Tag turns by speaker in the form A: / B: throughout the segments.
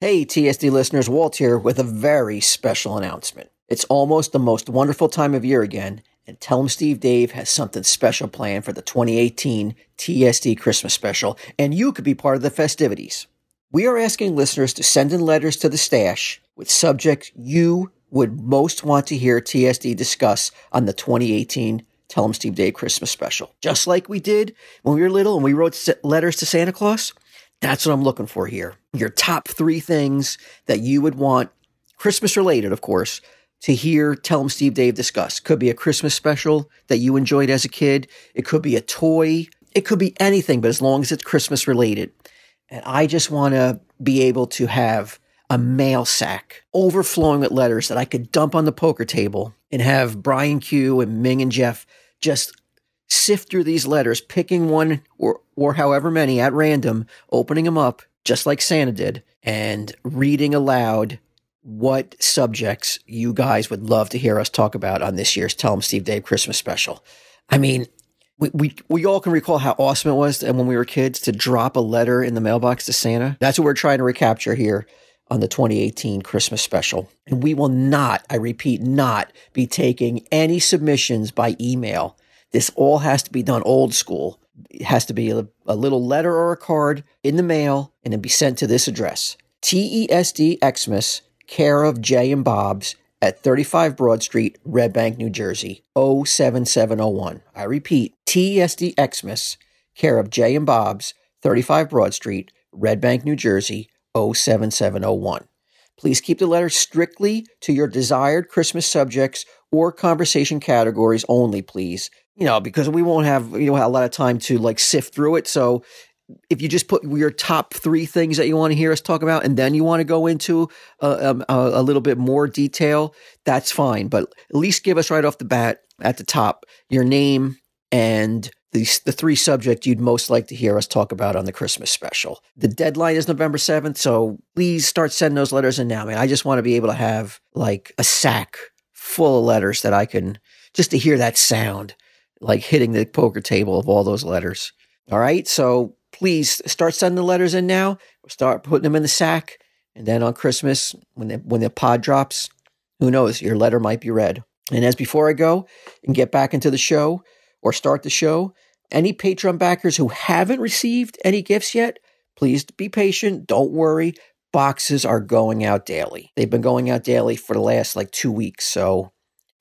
A: Hey, TSD listeners, Walt here with a very special announcement. It's almost the most wonderful time of year again, and Tell 'em Steve Dave has something special planned for the 2018 TSD Christmas special, and you could be part of the festivities. We are asking listeners to send in letters to the stash with subjects you would most want to hear TSD discuss on the 2018 Tell 'em Steve Dave Christmas special. Just like we did when we were little and we wrote s- letters to Santa Claus, that's what I'm looking for here. Your top three things that you would want, Christmas related, of course, to hear Tell 'em Steve Dave discuss. Could be a Christmas special that you enjoyed as a kid. It could be a toy. It could be anything, but as long as it's Christmas related. And I just want to be able to have a mail sack overflowing with letters that I could dump on the poker table and have Brian Q and Ming and Jeff just sift through these letters, picking one or, or however many at random, opening them up, just like Santa did, and reading aloud what subjects you guys would love to hear us talk about on this year's Tell 'em Steve Dave Christmas special. I mean, we, we, we all can recall how awesome it was and when we were kids to drop a letter in the mailbox to Santa. That's what we're trying to recapture here on the 2018 Christmas special. And we will not, I repeat, not be taking any submissions by email. This all has to be done old school. It has to be a, a little letter or a card in the mail and then be sent to this address TESD Xmas, care of Jay and Bob's at 35 Broad Street, Red Bank, New Jersey, 07701. I repeat, TESD Xmas, care of Jay and Bob's, 35 Broad Street, Red Bank, New Jersey, 07701. Please keep the letter strictly to your desired Christmas subjects or conversation categories only, please. You know, because we won't have you know a lot of time to like sift through it. So if you just put your top three things that you want to hear us talk about, and then you want to go into uh, um, a, a little bit more detail, that's fine. But at least give us right off the bat at the top your name and the, the three subjects you'd most like to hear us talk about on the Christmas special. The deadline is November 7th, so please start sending those letters in now, man. I just want to be able to have like a sack full of letters that I can just to hear that sound, like hitting the poker table of all those letters. All right, so please start sending the letters in now. Start putting them in the sack, and then on Christmas, when the, when the pod drops, who knows, your letter might be read. And as before I go and get back into the show or start the show, any Patreon backers who haven't received any gifts yet, please be patient. Don't worry. Boxes are going out daily. They've been going out daily for the last like two weeks. So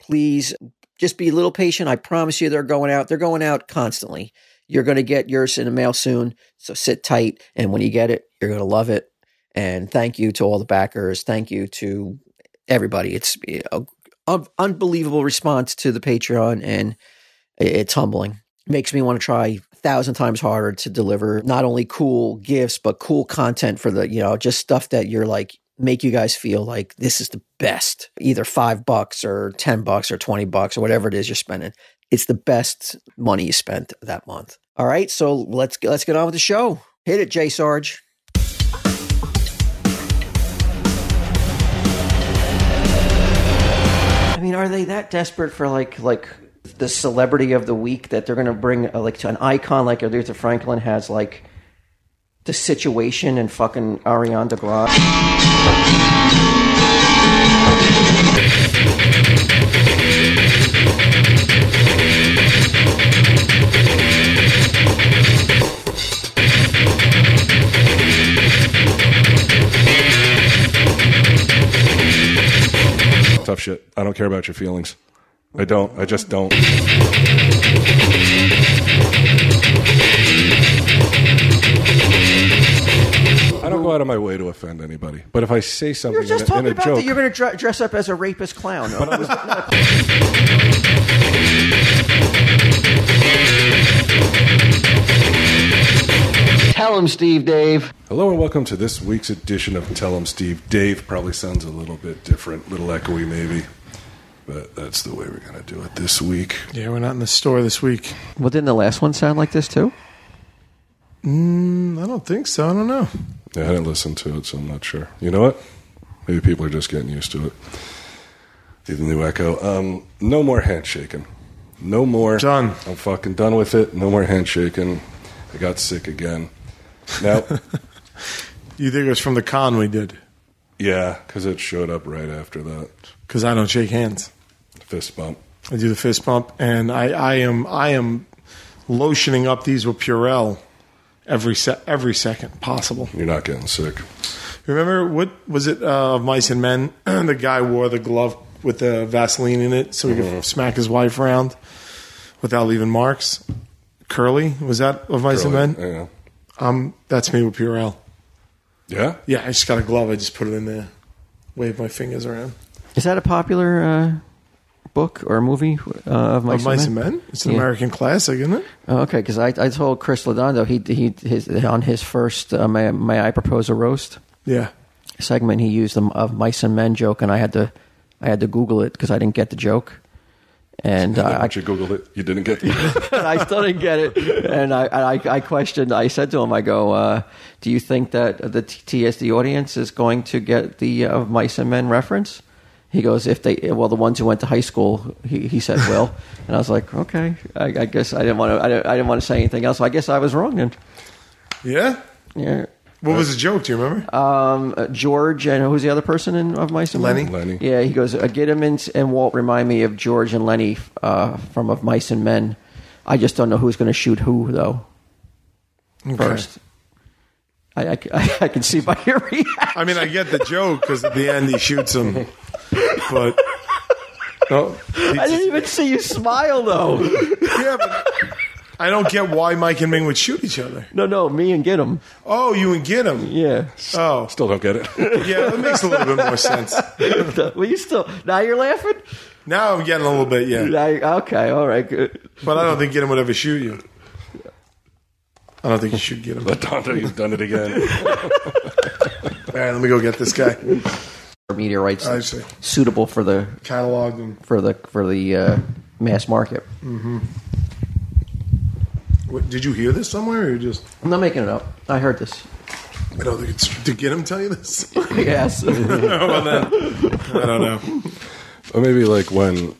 A: please just be a little patient. I promise you they're going out. They're going out constantly. You're going to get yours in the mail soon. So sit tight. And when you get it, you're going to love it. And thank you to all the backers. Thank you to everybody. It's a un- unbelievable response to the Patreon, and i- it's humbling. Makes me want to try a thousand times harder to deliver not only cool gifts but cool content for the you know just stuff that you're like make you guys feel like this is the best. Either five bucks or ten bucks or twenty bucks or whatever it is you're spending. It's the best money you spent that month. All right, so let's let's get on with the show. Hit it, J Sarge. I mean, are they that desperate for like like the celebrity of the week that they're going to bring uh, like to an icon like Aretha Franklin has like the situation and fucking Ariana DeGrande?
B: Tough shit. I don't care about your feelings. I don't. I just don't. I don't go out of my way to offend anybody. But if I say something
A: You're just
B: in a, in
A: talking
B: a
A: about
B: joke,
A: that you're going to dr- dress up as a rapist clown.
B: but I was,
A: Tell him, Steve, Dave.
B: hello and welcome to this week's edition of Tell 'em Steve. Dave probably sounds a little bit different, little echoey maybe, but that's the way we're gonna do it this week.
C: Yeah, we're not in the store this week.
A: Well, didn't the last one sound like this too?
C: Hmm, I don't think so. I don't know.
B: I hadn't listened to it, so I'm not sure. You know what? Maybe people are just getting used to it. The new echo. Um, no more handshaking. No more.
C: Done.
B: I'm fucking done with it. No more handshaking. I got sick again. Now,
C: You think it was from the con we did?
B: Yeah, because it showed up right after that
C: because I don't shake hands.
B: fist bump.
C: I do the fist pump, and I, I am I am lotioning up these with Purell every se- every second possible.
B: You're not getting sick.
C: Remember what was it uh, of Mice and Men? the guy wore the glove with the Vaseline in it, so he could smack his wife around without leaving marks. Curly was that of Mice and Men?
B: Yeah.
C: Um, that's me with Purell.
B: Yeah.
C: Yeah, I just got a glove. I just put it in there, wave my fingers around.
A: Is that a popular uh, book or movie uh, of Mice,
C: Of Mice
A: and Men?
C: and Men. It's an
A: Yeah.
C: American classic, isn't it?
A: Oh, okay, because I, I told Chris Lodondo he he his, on his first uh, may, may I propose a roast
C: Yeah.
A: segment he used the of mice and men joke, and I had to I had to Google it because I didn't get the joke, and uh, I
B: But you googled it. You didn't get the.
A: and I still didn't get it. And I, and I, I questioned. I said to him, "I go, uh, do you think that the TSD audience is going to get the uh, Mice and Men reference?" He goes, "If they, well, the ones who went to high school," he, he said, "Will," and I was like, "Okay, I, I guess I didn't want to. I didn't, I didn't want to say anything else. So I guess I was wrong then."
C: Yeah.
A: Yeah.
C: What was the joke? Do you remember?
A: Um, uh, George and who's the other person in of Mice and
C: Lenny.
A: Men?
B: Lenny.
A: Yeah, he goes. Uh, Gittlemans and Walt remind me of George and Lenny uh, from Of Mice and Men. I just don't know who's going to shoot who though. first. I, I, I can see by your reaction.
C: I mean, I get the joke because at the end he shoots him, but
A: Oh.
C: no,
A: I didn't even see you smile though.
C: yeah, but I don't get why Mike and Ming would shoot each other.
A: No, no, me and get him.
C: Oh, you and get him.
A: Yeah.
C: Oh,
B: Still don't get it.
C: yeah, that makes a little bit more sense.
A: Well, you still now you're laughing.
C: Now I'm getting a little bit, yeah,
A: Now you- okay, all right, good.
C: but I don't think get him would ever shoot you. I don't think you should get him. All
B: but Tonto, you've done it again.
C: right, let me go get this guy.
A: Meteorites
C: I see.
A: suitable for the
C: Cataloged him.
A: for the for the uh, mass market.
C: What, did you hear this somewhere, or you just?
A: I'm not making it up. I heard this.
C: I don't think it's. Did get him tell you this?
A: Yes.
C: I don't know.
B: Or maybe like when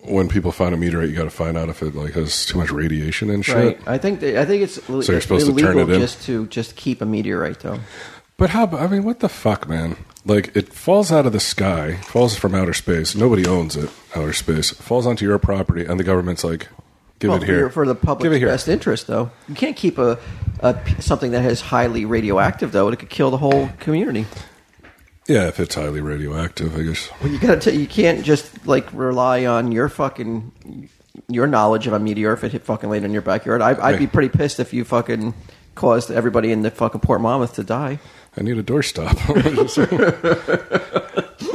B: when people find a meteorite, you got to find out if it like has too much radiation and shit.
A: Right. I think they, I think it's so
B: you're supposed to turn it in?
A: just to just keep a meteorite though.
B: But how? I mean, what the fuck, man? Like it falls out of the sky, falls from outer space. Nobody owns it. Outer space falls onto your property, and the government's like, "Give
A: Well,
B: it
A: for,
B: here
A: your- for the
B: Give it
A: public's
B: here.
A: best interest, though. You can't keep a, a p- something that is highly radioactive, though. It could kill the whole community.
B: Yeah, if it's highly radioactive, I guess.
A: Well, you got to. You can't just like rely on your fucking your knowledge of a meteor if it hit fucking laid in your backyard. I, I'd be
B: Right.
A: pretty pissed if you fucking caused everybody in the fucking Port Monmouth to die.
B: I need a doorstop.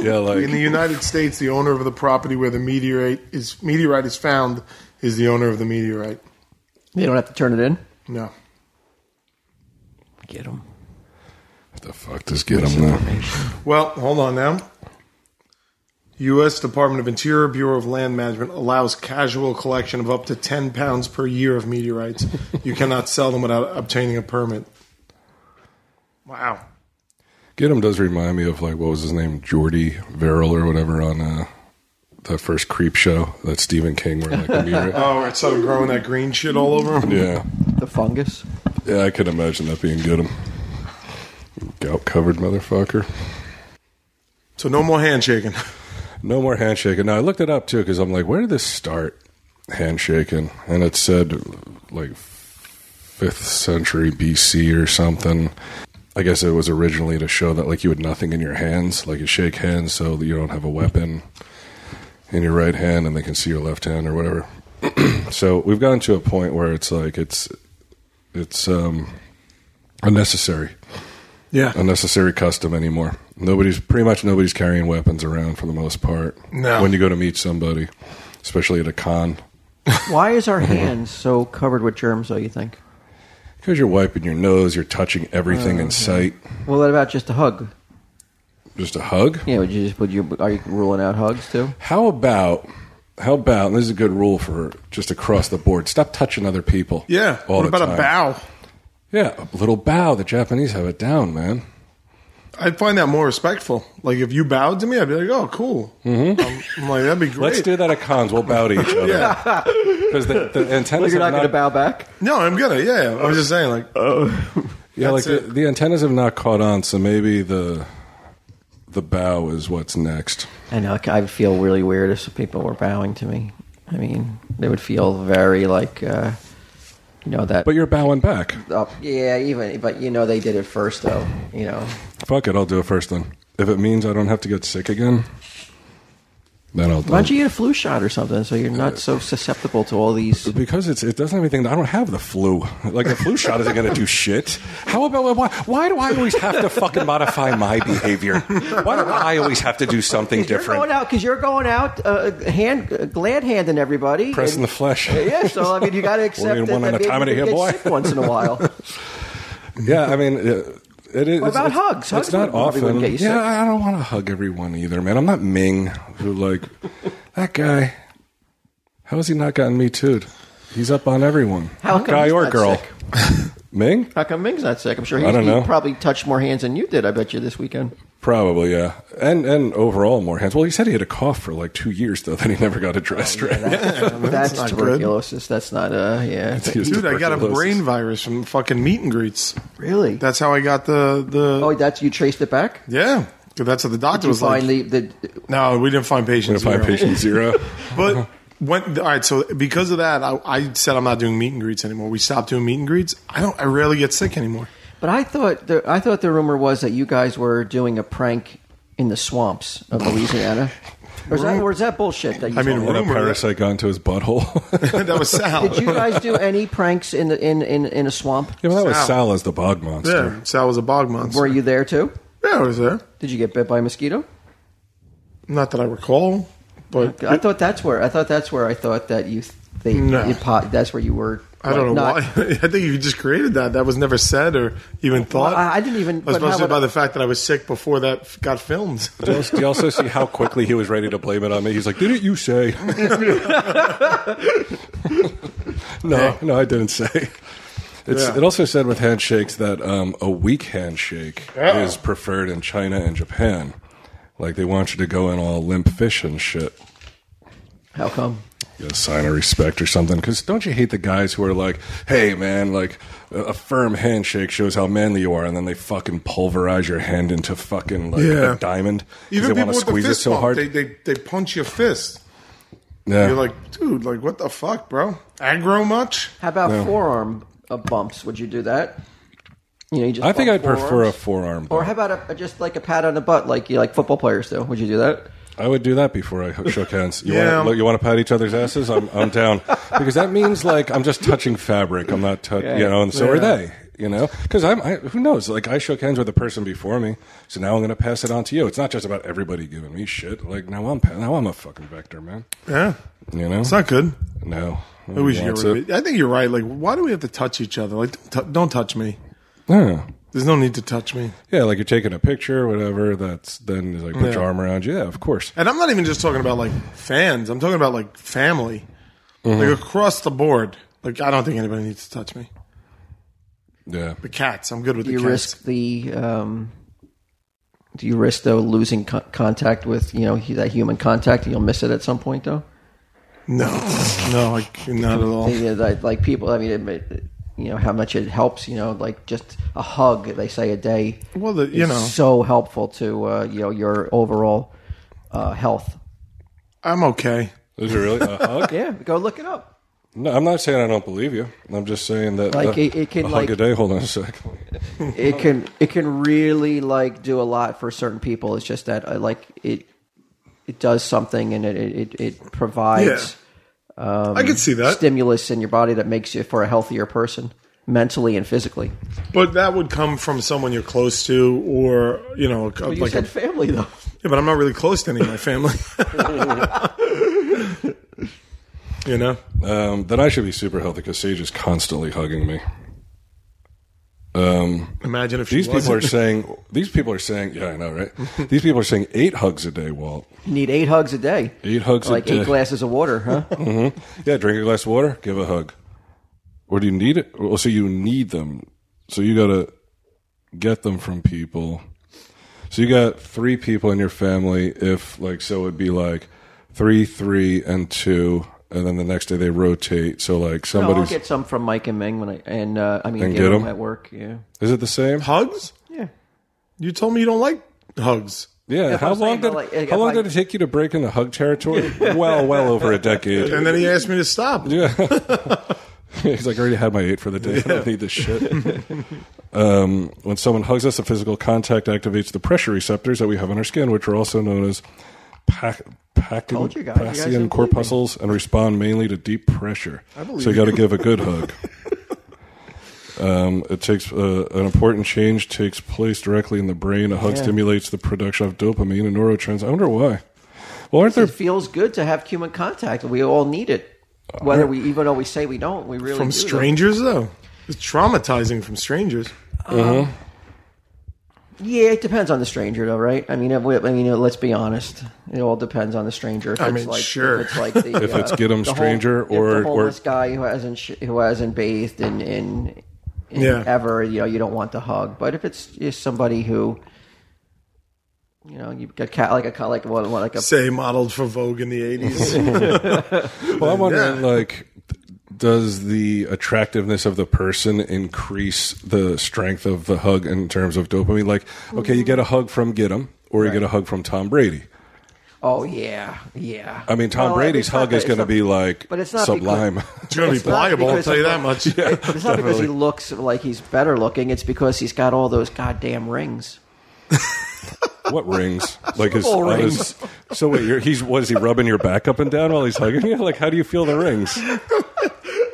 B: yeah, like
C: In the United States, the owner of the property where the meteorite is meteorite is found is the owner of the meteorite.
A: They don't have to turn it in.
C: No.
A: Get them.
B: what the fuck does get them though?
C: Well, hold on now. U.S. Department of Interior Bureau of Land Management allows casual collection of up to ten pounds per year of meteorites. you cannot sell them without obtaining a permit. Wow.
B: Get him does remind me of like what was his name, Jordy Verrill or whatever on uh, the first Creep show that Stephen King were like the meteorite.
C: Oh, it started growing that green shit all over him.
B: yeah,
A: The fungus.
B: yeah, I can imagine that being good. Gout covered motherfucker.
C: So no more handshaking.
B: No more handshaking. Now I looked it up too because I'm like, where did this start? Handshaking, and it said like fifth century BC or something. I guess it was originally to show that like you had nothing in your hands, like you shake hands so that you don't have a weapon in your right hand, and they can see your left hand or whatever. so we've gotten to a point where it's like it's it's um, unnecessary
C: Yeah.
B: unnecessary custom anymore. Nobody's pretty much nobody's carrying weapons around for the most part.
C: No.
B: When you go to meet somebody, especially at a con,
A: Why is our hands so covered with germs? Though you think?
B: because you're wiping your nose, you're touching everything in sight.
A: Well, what about just a hug?
B: Just a hug.
A: Yeah, would you just would you are you ruling out hugs too?
B: How about how about? And this is a good rule for just across the board. Stop touching other people.
C: Yeah.
B: All
C: what
B: the
C: about
B: time.
C: a bow?
B: Yeah, a little bow. The Japanese have it down, man.
C: I find that more respectful. Like if you bowed to me, I'd be like, "Oh, cool." Mm-hmm. I'm, I'm like, "That'd be great."
B: Let's do that at cons. We'll bow to each other.
C: Yeah.
B: Because the, the antennas
A: You're
B: are
A: not going to bow back.
B: Uh,
C: No, I'm gonna. Yeah, I was just saying. Like,
B: Yeah,
C: That's
B: like
C: it.
B: the, the antennas have not caught on, so maybe the the bow is what's next.
A: I know. I would feel really weird if some people were bowing to me. I mean, they would feel very like, uh, you know, that.
B: But you're bowing back.
A: oh, yeah, even. But you know, they did it first, though. You know,
B: Fuck it, I'll do it first then. If it means I don't have to get sick again, then I'll do
A: why don't
B: it.
A: you get a flu shot or something so you're not so susceptible to all these?
B: Because it's it doesn't have anything. I don't have the flu. Like the flu shot isn't going to do shit. How about why? Why do I always have to fucking modify my behavior? Why do I always have to do something
A: You're going
B: different?
A: out because you're going out, uh, hand uh, glad handing everybody.
B: Pressing the
A: and-
B: flesh.
A: yeah, so I mean, you got to accept
B: in
A: that,
B: one
A: that
B: at a
A: maybe
B: time
A: you
B: in a
A: get
B: hip, boy.
A: sick once in a while.
B: Yeah, I mean, it, it is.
A: What about
B: it's,
A: hugs?
B: It's
A: Hugs
B: not
A: would probably wouldn't
B: often.
A: get you sick.
B: yeah, I don't want to hug everyone either, man. I'm not Ming, who like that guy. How has he not gotten me too? He's up on everyone,
A: How come
B: guy
A: he's
B: or
A: not
B: girl.
A: sick?
B: Ming,
A: How come Ming's not sick? I'm sure
B: I
A: he's,
B: don't
A: he
B: know.
A: probably touched more hands than you did. I bet you this weekend.
B: probably yeah, and and overall more hands. Well, he said he had a cough for like two years though. Then he never got addressed
A: Oh,
B: right.
A: That's,
C: not good.
A: tuberculosis. That's not uh yeah.
B: He has
C: Dude, I got a
B: tuberculosis.
C: brain virus from fucking meet and greets.
A: Really?
C: That's how I got the the.
A: oh, that's you traced it back.
C: yeah, 'Cause that's what the doctor
A: You
C: was like.
A: find the, the
C: no, we didn't find
B: Gonna
C: patients.
B: find Uh-huh.
C: zero.
B: patient zero.
C: But when all right, so because of that, I, I said I'm not doing meet and greets anymore. We stopped doing meet and greets. I don't. I rarely get sick anymore.
A: but I thought the, I thought the rumor was that you guys were doing a prank in the swamps of Louisiana. Or is, that, or is that bullshit? That you
C: I mean,
A: told me?
B: And a
C: Rumor.
B: parasite got into his butthole. yeah,
C: that was Sal.
A: did you uh, guys do any pranks in the in in, in a swamp?
B: well, that was
C: Sal.
B: Sal as the bog monster.
C: yeah, Sal was a bog monster.
A: Were you there too?
C: yeah, I was there.
A: Did you get bit by a mosquito?
C: Not that I recall, but
A: I thought that's where I thought that's where I thought that you they
C: No.
A: you po- that's where you were.
C: I don't know
A: like, not-
C: why. I think you just created that. That was never said or even thought.
A: I- I didn't even- but how
C: Especially
A: would
C: by
A: I-
C: the fact that I was sick before that f- got filmed.
B: Do you also- do you also see how quickly he was ready to blame it on me? He's like, "Didn't you say?" no, no, I didn't say. It's,
C: Yeah.
B: It also said with handshakes that um, a weak handshake
C: Yeah.
B: is preferred in China and Japan. Like they want you to go in all limp fish and shit.
A: How come?
B: Get a sign of respect or something. Because don't you hate the guys who are like, "Hey, man, like a, a firm handshake shows how manly you are," and then they fucking pulverize your hand into fucking like
C: Yeah.
B: a diamond. 'cause
C: Even
B: they want to
C: people with the
B: squeeze it
C: fist
B: so
C: bump,
B: hard.
C: They, they they punch your fist.
B: yeah.
C: You're like, dude, like what the fuck, bro? Aggro much?
A: How about forearm uh, bumps? Would you do that? You know, you just
B: I think
A: bump
B: I'd prefer a
A: forearms?
B: forearm.
A: Or
B: bump.
A: how about a, a- just like a pat on the butt, like you like football players do? Would you do that?
B: I would do that before I hook- shook hands. You
C: Yeah.
B: want to, you want to pat each other's asses? I'm I'm down because that means like I'm just touching fabric. I'm not touching, you know, and so are
C: Yeah.
B: they. You know, because I'm I, who knows? Like I shook hands with the person before me, so now I'm going to pass it on to you. It's not just about everybody giving me shit. Like now I'm pa- now I'm a fucking vector, man.
C: Yeah,
B: You know,
C: it's not good.
B: no.
C: I wish you
B: wants
C: were-
B: it.
C: I think you're right. Like, why do we have to touch each other? Like, don't, tou- don't touch me.
B: Yeah.
C: There's no need to touch me.
B: yeah, like you're taking a picture, or whatever. That's then it's like put
C: Yeah.
B: your arm around you. Yeah, of course.
C: And I'm not even just talking about like fans. I'm talking about like family,
A: Mm-hmm.
C: like across the board. Like, I don't think anybody needs to touch me.
B: Yeah.
C: The cats. I'm good with
A: Do
C: the
A: you
C: cats.
A: risk the? Um, do you risk though losing co- contact with you know hu- that human contact? and You'll miss it at some point though.
C: No, no, like, not at all.
A: Yeah, like, like people, I mean, it, may- you know how much it helps. You know, like just a hug. They say a day.
C: Well, the, you
A: is
C: know,
A: so helpful to uh, you know your overall uh, health.
C: I'm okay.
B: Is it really Uh-huh. a hug?
A: Yeah, go look it up.
B: No, I'm not saying I don't believe you. I'm just saying that
A: Like,
B: uh,
A: it- it can,
B: a
A: like-
B: hug a day. Hold on a sec.
A: it can it can really like do a lot for certain people. It's just that uh, like it it does something and it it, it- it provides
C: I could see that,
A: stimulus in your body that makes you for a healthier person mentally and physically.
C: but that would come from someone you're close to, or you know, a-
A: You
C: like. A,
A: said family though.
C: yeah, but I'm not really close to any of my family. you know,
B: Um, then I should be super healthy because Sage is constantly hugging me.
C: imagine if she
B: These people
C: wasn't.
B: are saying. These people are saying. Yeah, I know, right? These people are saying eight hugs a day, Walt.
A: You need eight hugs a day.
B: Eight hugs
A: Like
B: a day.
A: eight glasses of water, huh?
B: yeah, drink a glass of water, give a hug. Or do you need it? Well, so you need them. So you gotta get them from people. So you got three people in your family. If like, so it'd be like three, three, and two, and then the next day they rotate. So like
A: No, I'll
B: somebody's
A: get some from Mike and Ming when I and uh, I mean
B: And
A: get,
B: get
A: them
B: 'em?
A: at work. Yeah,
B: is it the same?
C: Hugs?
A: yeah.
C: You told me you don't like hugs.
B: Yeah.
A: I'm
B: how long
A: saying,
B: did
A: but, like, if
B: how long
A: I-
B: did it take you to break into hug territory? well, well over a decade.
C: And then he asked me to stop.
B: He's like, I already had my eight for the day. I don't need this shit. um, when someone hugs us, the physical contact activates the pressure receptors that we have on our skin, which are also known as pac- pac-
A: you guys, you guys
B: Pacian
A: didn't believe
B: corpuscles and respond mainly to deep pressure. so you got to give a good hug. Um, it takes uh, an important change takes place directly in the brain. A hug stimulates the production of dopamine and neurotransmitters. I wonder why. Well, aren't there
A: It feels good to have human contact. We all need it,
B: Uh,
A: whether we even though we say we don't. We really
C: From
A: do, though.
C: strangers, though. It's traumatizing from strangers.
A: Yeah, it depends on the stranger, though, right? I mean, if we, I mean, let's be honest. It all depends on the stranger. If
C: I
A: it's
C: mean,
A: like,
C: sure.
A: If it's like the,
B: If it's
A: uh,
B: get 'em
A: the hol-
B: stranger
A: if the
B: or- or-
A: homeless guy who hasn't sh- who hasn't bathed in in, in
C: Yeah.
A: ever, you know, you don't want the hug. But if it's just somebody who, you know, you got cat like a cat like one one- like a
C: Say, modeled for Vogue in the 80s.
B: Well, I'm wondering,
C: Yeah.
B: like, does the attractiveness of the person increase the strength of the hug in terms of dopamine? Like, okay, you get a hug from Gidim, or you get a hug from Tom Brady.
A: oh yeah yeah.
B: I mean, Tom
A: Well,
B: Brady's
A: it's not
B: hug
A: that-
B: is
A: it's
B: going to
A: not-
B: be like
A: but it's not
B: sublime.
C: it's going to
A: It's
C: be
A: not
C: pliable, I'll
A: because
C: tell
A: of-
C: you that much.
A: It's not because he looks like he's better looking. It's because he's got all those goddamn rings.
B: what rings? Like his
A: Bowl
B: on his- So wait, you're, he's was he rubbing your back up and down while he's hugging you? Like, how do you feel the rings?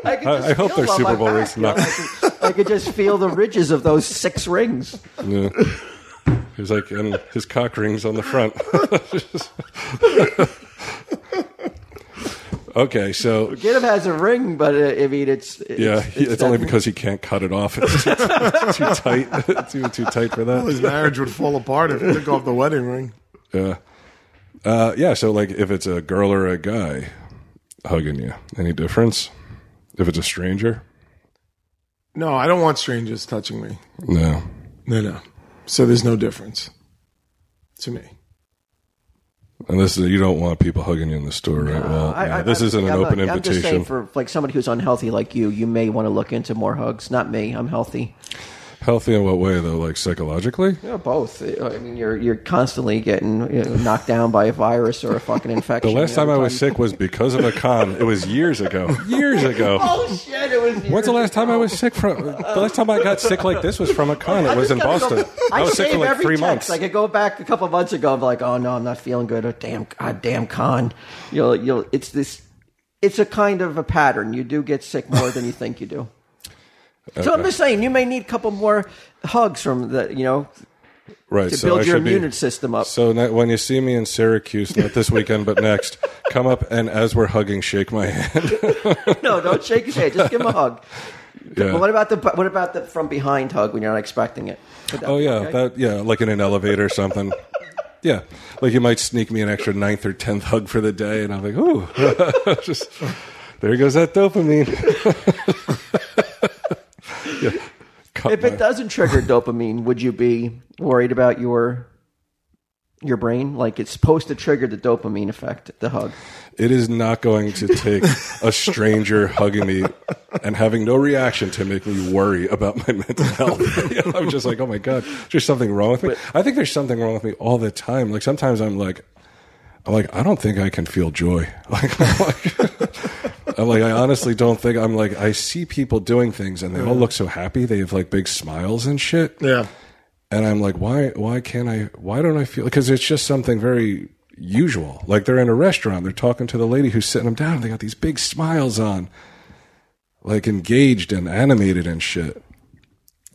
A: I, could
B: I-
A: just
B: I hope
A: feel
B: they're
A: them on
B: Super
A: my
B: Bowl
A: back,
B: rings,
A: you know,
B: not-
A: I, could, I could just feel the ridges of those six rings.
B: Yeah. He's like, and his cock rings on the front. okay, so
A: Gidim has a ring, but uh, I mean, it's, it's
B: yeah, he- it's, only
A: that-
B: because he can't cut it off. It's too, it's too tight, too too tight for that.
C: His marriage would fall apart if he took off the wedding ring.
B: Yeah, uh, yeah. So like, if it's a girl or a guy hugging you, any difference? If it's a stranger,
C: No, I don't want strangers touching me.
B: no.
C: No, no. So there's no difference to me.
B: And this is you don't want people hugging you in the store, right? well,
A: I-
B: yeah,
A: I-
B: this
A: I'm-
B: isn't an
A: I'm not-
B: open
A: I'm just saying
B: invitation.
A: for like somebody who's unhealthy like you, you may want to look into more hugs. Not me. I'm healthy.
B: Healthy in what way though? Like psychologically?
A: Yeah, both. I mean, you're you're constantly getting you know, knocked down by a virus or a fucking infection.
B: The last time I was sick was because of a con. It was years ago. Years ago.
A: Oh shit! It was.
B: When's the last time I was sick from? The last time I got sick like this was from a con. It was in Boston. I
A: I
B: was
A: save
B: sick for like
A: every
B: three
A: text.
B: months.
A: I could go back a couple months ago. I'm like, oh no, I'm not feeling good. Oh, damn, god damn con. You'll, you'll. It's this. It's a kind of a pattern. You do get sick more than you think you do. So I'm just saying, you may need a couple more hugs from the, you know,
B: Right.
A: to
B: so I
A: build your
B: should be-
A: immune system up.
B: So ne- when you see me in Syracuse, not this weekend but next, come up and as we're hugging, shake my hand.
A: no, don't shake his hand. Just give him a hug.
B: Yeah.
A: But what about the what about the from behind hug when you're not expecting it? Would that
B: Oh
A: be
B: yeah,
A: okay?
B: that yeah, like in an elevator or something. Yeah, like you might sneak me an extra ninth or tenth hug for the day, and I'm like, ooh, just there goes that dopamine. Yeah. Caught
A: If
B: my-
A: it doesn't trigger dopamine, would you be worried about your your brain? Like it's supposed to trigger the dopamine effect, the hug.
B: it is not going to take a stranger hugging me and having no reaction to make me worry about my mental health. You know, I'm just like, oh my god, there's something wrong with me. I think there's something wrong with me all the time. Like sometimes I'm like, I'm like, I don't think I can feel joy. Like, I'm like, I'm like, I honestly don't think I'm like. I see people doing things and they all look so happy. They have like big smiles and shit
C: Yeah.
B: and I'm like, why? Why can't I? Why don't I feel? Because it's just something very usual. Like they're in a restaurant, they're talking to the lady who's sitting them down. They got these big smiles on, like engaged and animated and shit.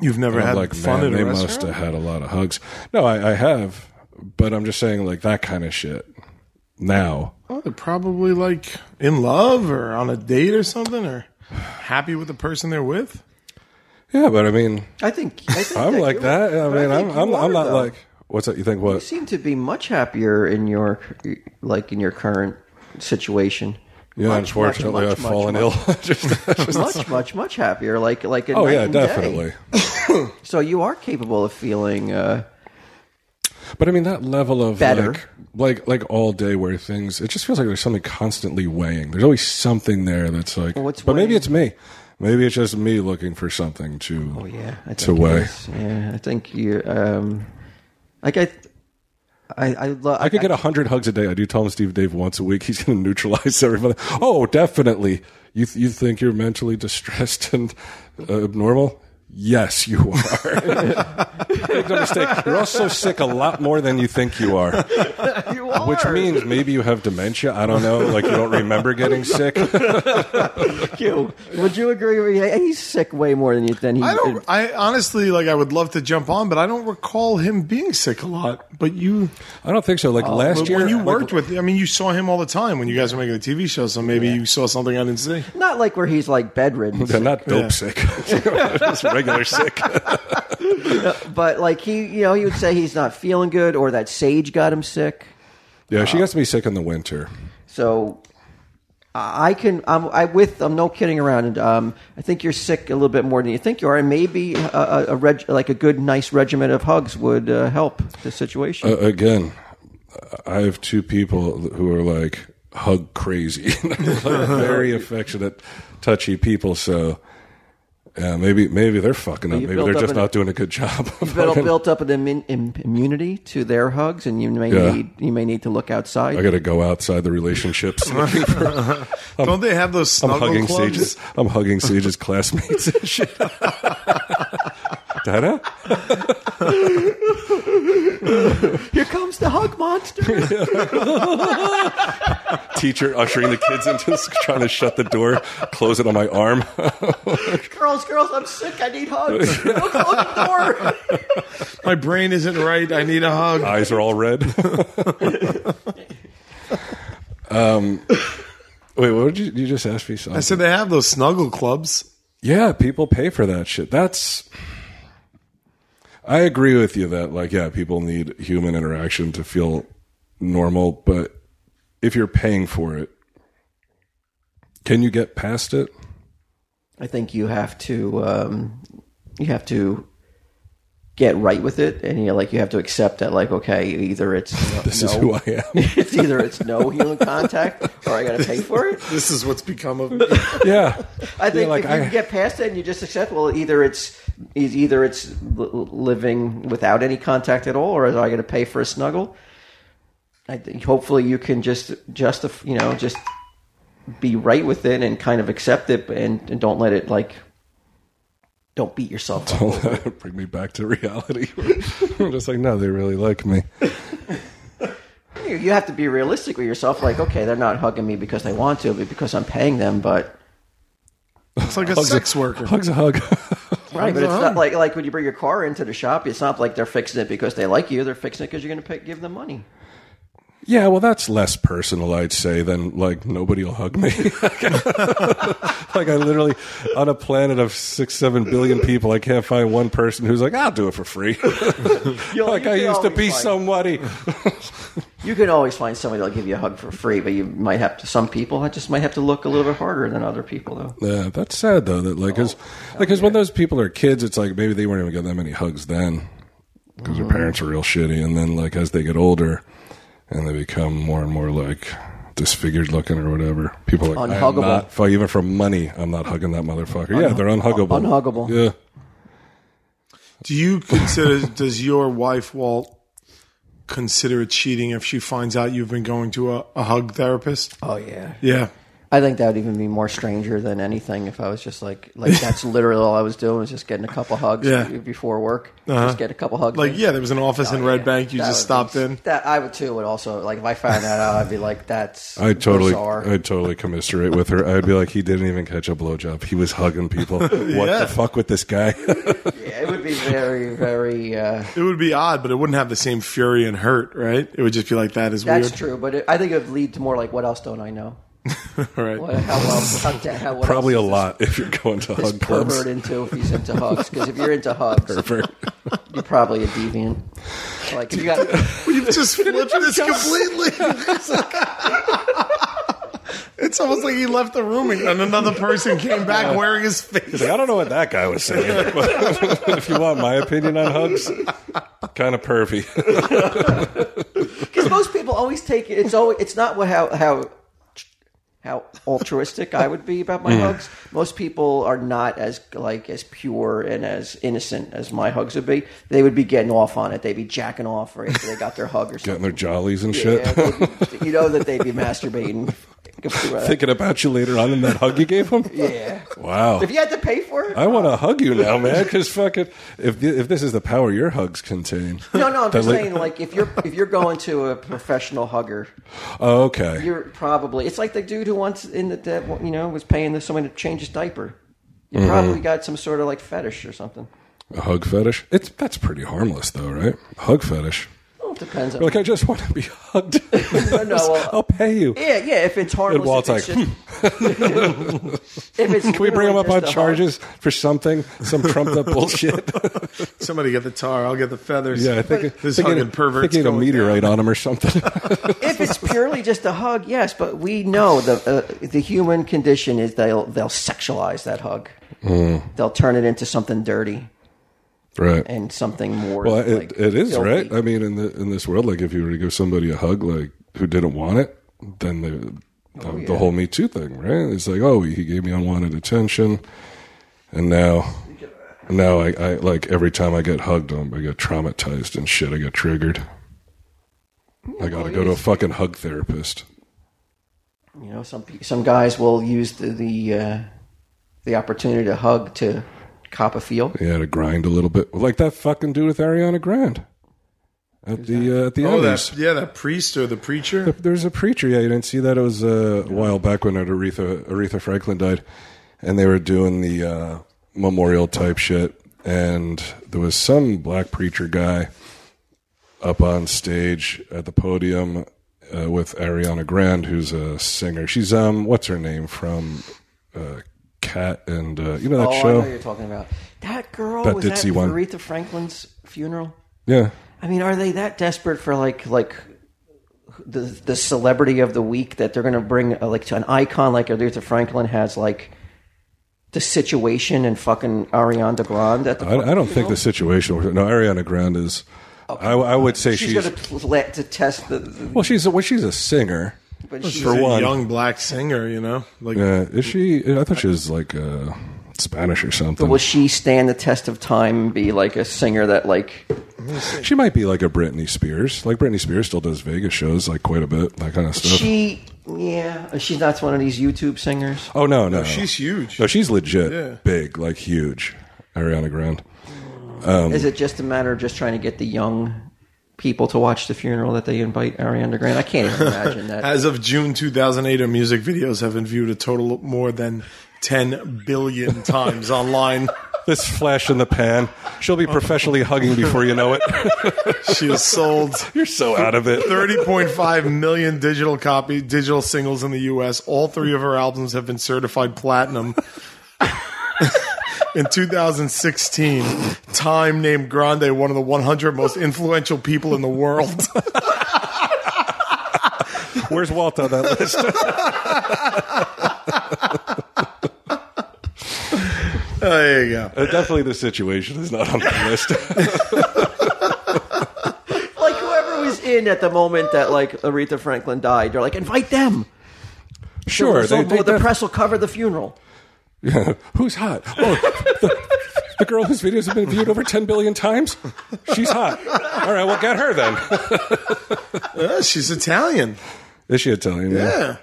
C: You've never
B: I'm
C: had
B: like,
C: fun
B: man,
C: at
B: they
C: a
B: must
C: restaurant?
B: have had a lot of hugs. No, I, I have, but I'm just saying, like that kind of shit. Now,
C: Oh, they're probably like in love or on a date or something or happy with the person they're with.
B: yeah, but I mean,
A: I think, I think
B: I'm like
A: you're-
B: that. I
A: but
B: mean, I
A: think
B: am
A: you
B: I'm, I'm
A: are,
B: not
A: though.
B: like what's that? You think what?
A: You seem to be much happier in your like in your current situation.
B: Yeah,
A: Much, much,
B: unfortunately,
A: much,
B: I've
A: much,
B: fallen
A: much,
B: ill. Just-
A: much, much, much happier. Like, like.
B: oh yeah, definitely.
A: So you are capable of feeling. Uh,
B: But I mean that level of
A: Better.
B: like like like all day where things it just feels like there's something constantly weighing. There's always something there that's like
A: what's
B: but maybe
A: weighing?
B: it's me. Maybe it's just me looking for something to
A: Oh yeah, I
B: to
A: think it
B: weigh.
A: is. Yeah, I think you. Um, like I, I, I, lo-
B: I could get a hundred hugs a day. I do Tom Steve Dave once a week. He's going to neutralize everybody. Oh, definitely. You th- you think you're mentally distressed and uh, abnormal? Yes, you are. Make no mistake. You're also sick a lot more than you think you are,
A: You are.
B: which means maybe you have dementia. I don't know. Like you don't remember getting sick.
A: you. Would you agree with me? He's sick way more than you than he.
C: I don't. I honestly like. I would love to jump on, but I don't recall him being sick a lot. But you,
B: I don't think so.
A: Oh,
B: Like last
C: but
B: year,
C: when you
B: like,
C: worked with, I mean, you saw him all the time when you guys were making the TV show. So maybe you saw something I didn't see.
A: Not like where he's like bedridden,
B: They're not dope
C: Yeah.
B: sick, just regular sick.
A: but like he, you know, he would say he's not feeling good, or that sage got him sick.
B: Yeah, she gets to be sick in the winter.
A: So I I can. I'm. I with. I'm no kidding around. And um, I think you're sick a little bit more than you think you are, and maybe a, a, a reg, like a good, nice regiment of hugs would uh, help the situation.
B: Uh, again, I have two people who are like hug crazy, Like,
A: Uh-huh.
B: very affectionate, touchy people. So yeah, maybe maybe they're fucking up.
A: you
B: Maybe
A: built
B: they're
A: up
B: just
A: an-
B: not doing a good job. of
A: built,
B: fucking-
A: built up an immun- im- immunity to their hugs, and you may
B: Yeah.
A: need you may need to look outside.
B: I got to go outside the relationships. looking for-
C: Don't they have those
B: I'm
C: snuggle
B: hugging
C: clubs?
B: Sage's. I'm hugging Sage's classmates and shit. Dada,
A: Here comes the hug monster.
B: teacher ushering the kids into this, trying to shut the door, close it on my arm.
A: girls, girls, I'm sick. I need hugs. Look, look, door.
C: My brain isn't right. I need a hug.
B: eyes are all red. um, Um, wait, what did you, you just ask me something?
C: I said they have those snuggle clubs.
B: yeah, people pay for that shit. That's. I agree with you that, like, yeah, people need human interaction to feel normal, but if you're paying for it, can you get past it?
A: I think you have to um, you have to get right with it, and you know, like you have to accept that, like okay, either it's
B: This is who I am.
A: it's either it's no human contact, or I got to pay for it.
C: This is what's become of me.
B: yeah.
A: I think
B: like,
A: if you
B: I-
A: get past it and you just accept, well, either it's is either it's l- living without any contact at all, or am I going to pay for a snuggle? I think hopefully you can just just you know just be right with it and kind of accept it and, and don't let it like don't beat yourself up.
B: Bring me back to reality. I'm just like, no, they really like me.
A: You you have to be realistic with yourself. Like, okay, they're not hugging me because they want to, but because I'm paying them. But
C: It's like a
B: Hugs a-
C: sex worker.
B: Hugs a hug.
A: Right, but
C: Hands
A: it's
C: on.
A: not like like when you bring your car into the shop, it's not like they're fixing it because they like you. They're fixing it because you're going to pay, give them money.
B: Yeah, well, that's less personal, I'd say, than like nobody will hug me. like I literally, on a planet of six, seven billion people, I can't find one person who's like, "I'll do it for free." like
A: you
B: I
A: can
B: used to
A: always
B: be
A: find-
B: somebody.
A: You can always find somebody that'll give you a hug for free, but you might have to. Some people I just might have to look a little bit harder than other people, though.
B: Yeah, that's sad though. That like,
A: Oh,
B: because when those people are kids, it's like maybe they weren't even getting that many hugs then, because their
A: Mm-hmm.
B: parents are real shitty, and then like as they get older, and they become more and more like disfigured looking or whatever, people are like I'm
A: Unhuggable.
B: not fuck, even for money. I'm not hugging that motherfucker. yeah, they're unhuggable.
A: unhuggable.
B: Yeah.
C: Do you consider? does your wife Walt consider it cheating if she finds out you've been going to a, a hug therapist?
A: Oh yeah,
C: Yeah.
A: I think that would even be more stranger than anything if I was just like like that's literally all I was doing was just getting a couple hugs
C: Yeah. Uh-huh.
A: be- before work. Just get a couple hugs.
C: Like
A: in.
C: yeah, there was an office in Red
A: Oh, Yeah,
C: Bank. You
A: that
C: just
A: would
C: stopped
A: be-
C: in.
A: That I would too would also like if I found that out, I'd be like, that's
B: I totally,
A: bizarre.
B: I totally commiserate with her. I'd be like, he didn't even catch a blowjob. He was hugging people. What
C: Yeah.
B: the fuck with this guy?
A: Yeah, it would be very very. Uh,
C: It would be odd, but it wouldn't have the same fury and hurt, right? It would just be like that is
A: That's
C: weird.
A: true, but it, I think it would lead to more like, what else don't I know?
C: All right.
A: What, how else? How, how, what
B: Probably a
A: else
B: lot if you're going to
A: is
B: hug clubs.
A: pervert into if he's into hugs? Because if you're into hugs,
B: Pervert.
A: you're probably a deviant. Like if you got,
C: We've just flipped this completely. it's almost like he left the room and then another person came back wearing his face.
B: He's like, I don't know what that guy was saying. if you want my opinion on hugs, kind of pervy.
A: Because most people always take it. It's always it's not what how how how altruistic I would be about my hugs. Most people are not as like as pure and as innocent as my hugs would be. They would be getting off on it. They'd be jacking off right after they got their hug or something.
B: Getting their jollies and shit.
A: Yeah, they'd be- you know that they'd be masturbating.
B: Thinking about you later on in that hug you gave him.
A: yeah.
B: Wow.
A: If you had to pay for it,
B: I want to hug you now, man. Because fucking, if th- if this is the power your hugs contain.
A: no, no. I'm
B: That
A: just
B: la-
A: saying, like, if you're if you're going to a professional hugger,
B: Oh, okay.
A: you're probably it's like the dude who once in the that you know was paying this someone to change his diaper. You probably got some sort of like fetish or something.
B: a hug fetish. It's that's pretty harmless though, right? Hug fetish.
A: Well, it depends. On,
B: Like I just want to be hugged.
A: no, Oh, well,
B: I'll pay you.
A: yeah, yeah. If it's harmless,
B: And Walt's
A: if it's
B: like, hmm.
A: just, if it's
B: Can we bring him up on
A: just a hug-
B: charges for something? Some trumped up bullshit.
C: Somebody get the tar. I'll get the feathers.
B: yeah, I think
C: this
B: think
C: fucking
B: it-
C: pervert's
B: think it had a
C: going
B: meteorite on him or something.
A: If it's purely just a hug, yes. But we know the uh, the human condition is they'll they'll sexualize that hug. They'll turn it into something dirty
B: right.
A: and something more.
B: Well, it,
A: like,
B: it is
A: filthy.
B: right. I mean, in the in this world, like if you were to give somebody a hug, like who didn't want it, then the
A: Oh,
B: the, the whole Me Too thing, right? It's like, oh, he gave me unwanted attention, and now, now I, I like every time I get hugged, I'm, I get traumatized and shit. I get triggered. I got to go to a fucking hug therapist.
A: You know, some pe- some guys will use the the, uh, the opportunity to hug to cop a feel.
B: Yeah, to grind a little bit, like that fucking dude with Ariana Grande at the uh, at the
C: down. Oh,
B: Emmys.
C: that, yeah, that priest or the preacher.
B: There's a preacher. Yeah, you didn't see that. It was uh, a while back when Aretha Aretha Franklin died, and they were doing the uh, memorial type shit. And there was some black preacher guy up on stage at the podium uh, with Ariana Grande, who's a singer. She's um, what's her name from uh, Cat and uh, you know that
A: Oh, I know
B: show?
A: what you're talking about. That girl
B: That
A: was
B: did
A: at
B: see one.
A: Aretha Franklin's funeral.
B: Yeah,
A: I mean, are they that desperate for like like the the celebrity of the week that they're going to bring uh, like to an icon like Aretha Franklin has like the situation and fucking Ariana Grande at the
B: I, I don't think the situation. was- No, Ariana Grande is. I, I would say she's.
A: she's, going to let to test the, the
B: well, she's a, well, she's a singer.
A: but she,
C: She's
B: For
C: a
B: one.
C: young black singer, you know, like
B: Uh, is she? I thought she was like uh, Spanish or something.
A: will she stand the test of time and be like a singer that like
B: she might be like a Britney Spears. Like Britney Spears still does Vegas shows, like quite a bit, that kind of stuff.
A: she yeah uh, she's not one of these YouTube singers.
B: oh no, no,
C: she's huge.
B: no, she's legit
C: Yeah.
B: big, like huge. Ariana Grande. Um,
A: Is it just a matter of just trying to get the young people to watch the funeral that they invite Ariana Grande? I can't even imagine that.
C: As of June 2008, her music videos have been viewed a total of more than 10 billion times online.
B: This flash in the pan. She'll be professionally hugging before you know it.
C: She has sold
B: You're so out of it.
C: 30.5 million digital copy digital singles in the US. All three of her albums have been certified platinum. in 2016, Time named Grande one of the 100 most influential people in the world.
B: Where's Walt on that list? Uh,
C: there you go.
B: Uh, definitely the situation is not on the list.
A: like whoever was in at the moment that like Aretha Franklin died, they're like, invite them.
B: sure,
A: So
B: they, they
A: the
B: def-
A: press will cover the funeral.
B: Who's hot? Oh, the, the girl whose videos have been viewed over 10 billion times? She's hot. All right, well, get her then.
C: Uh, she's Italian.
B: Is she Italian?
C: Yeah.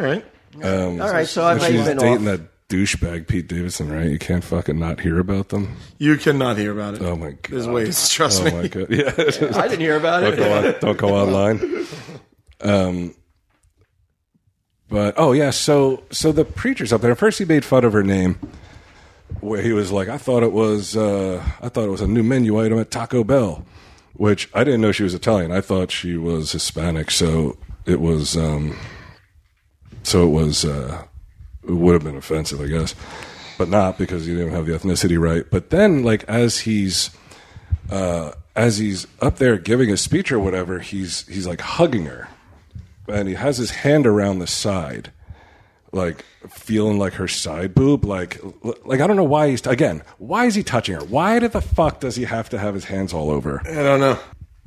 C: All right.
A: All right, so I
B: But
A: might
B: she's
A: have been
B: dating
A: off.
B: that douchebag Pete Davidson, right? You can't fucking not hear about them.
C: You cannot hear about it.
B: Oh my god.
C: There's ways, trust
B: Oh
C: me.
B: my god. Yeah. don't,
A: I didn't hear about
B: go
A: it.
B: on, don't go online. Um. But oh yeah, so so the preacher's up there. First, he made fun of her name, where he was like, "I thought it was uh, I thought it was a new menu item at Taco Bell," which I didn't know she was Italian. I thought she was Hispanic, so it was um, so it was uh, it would have been offensive, I guess, but not because you didn't have the ethnicity right. But then, like as he's uh, as he's up there giving his speech or whatever, he's he's like hugging her, and he has his hand around the side, like feeling like her side boob. Like, like I don't know why he's again. Why is he touching her? Why the fuck does he have to have his hands all over?
C: I don't know.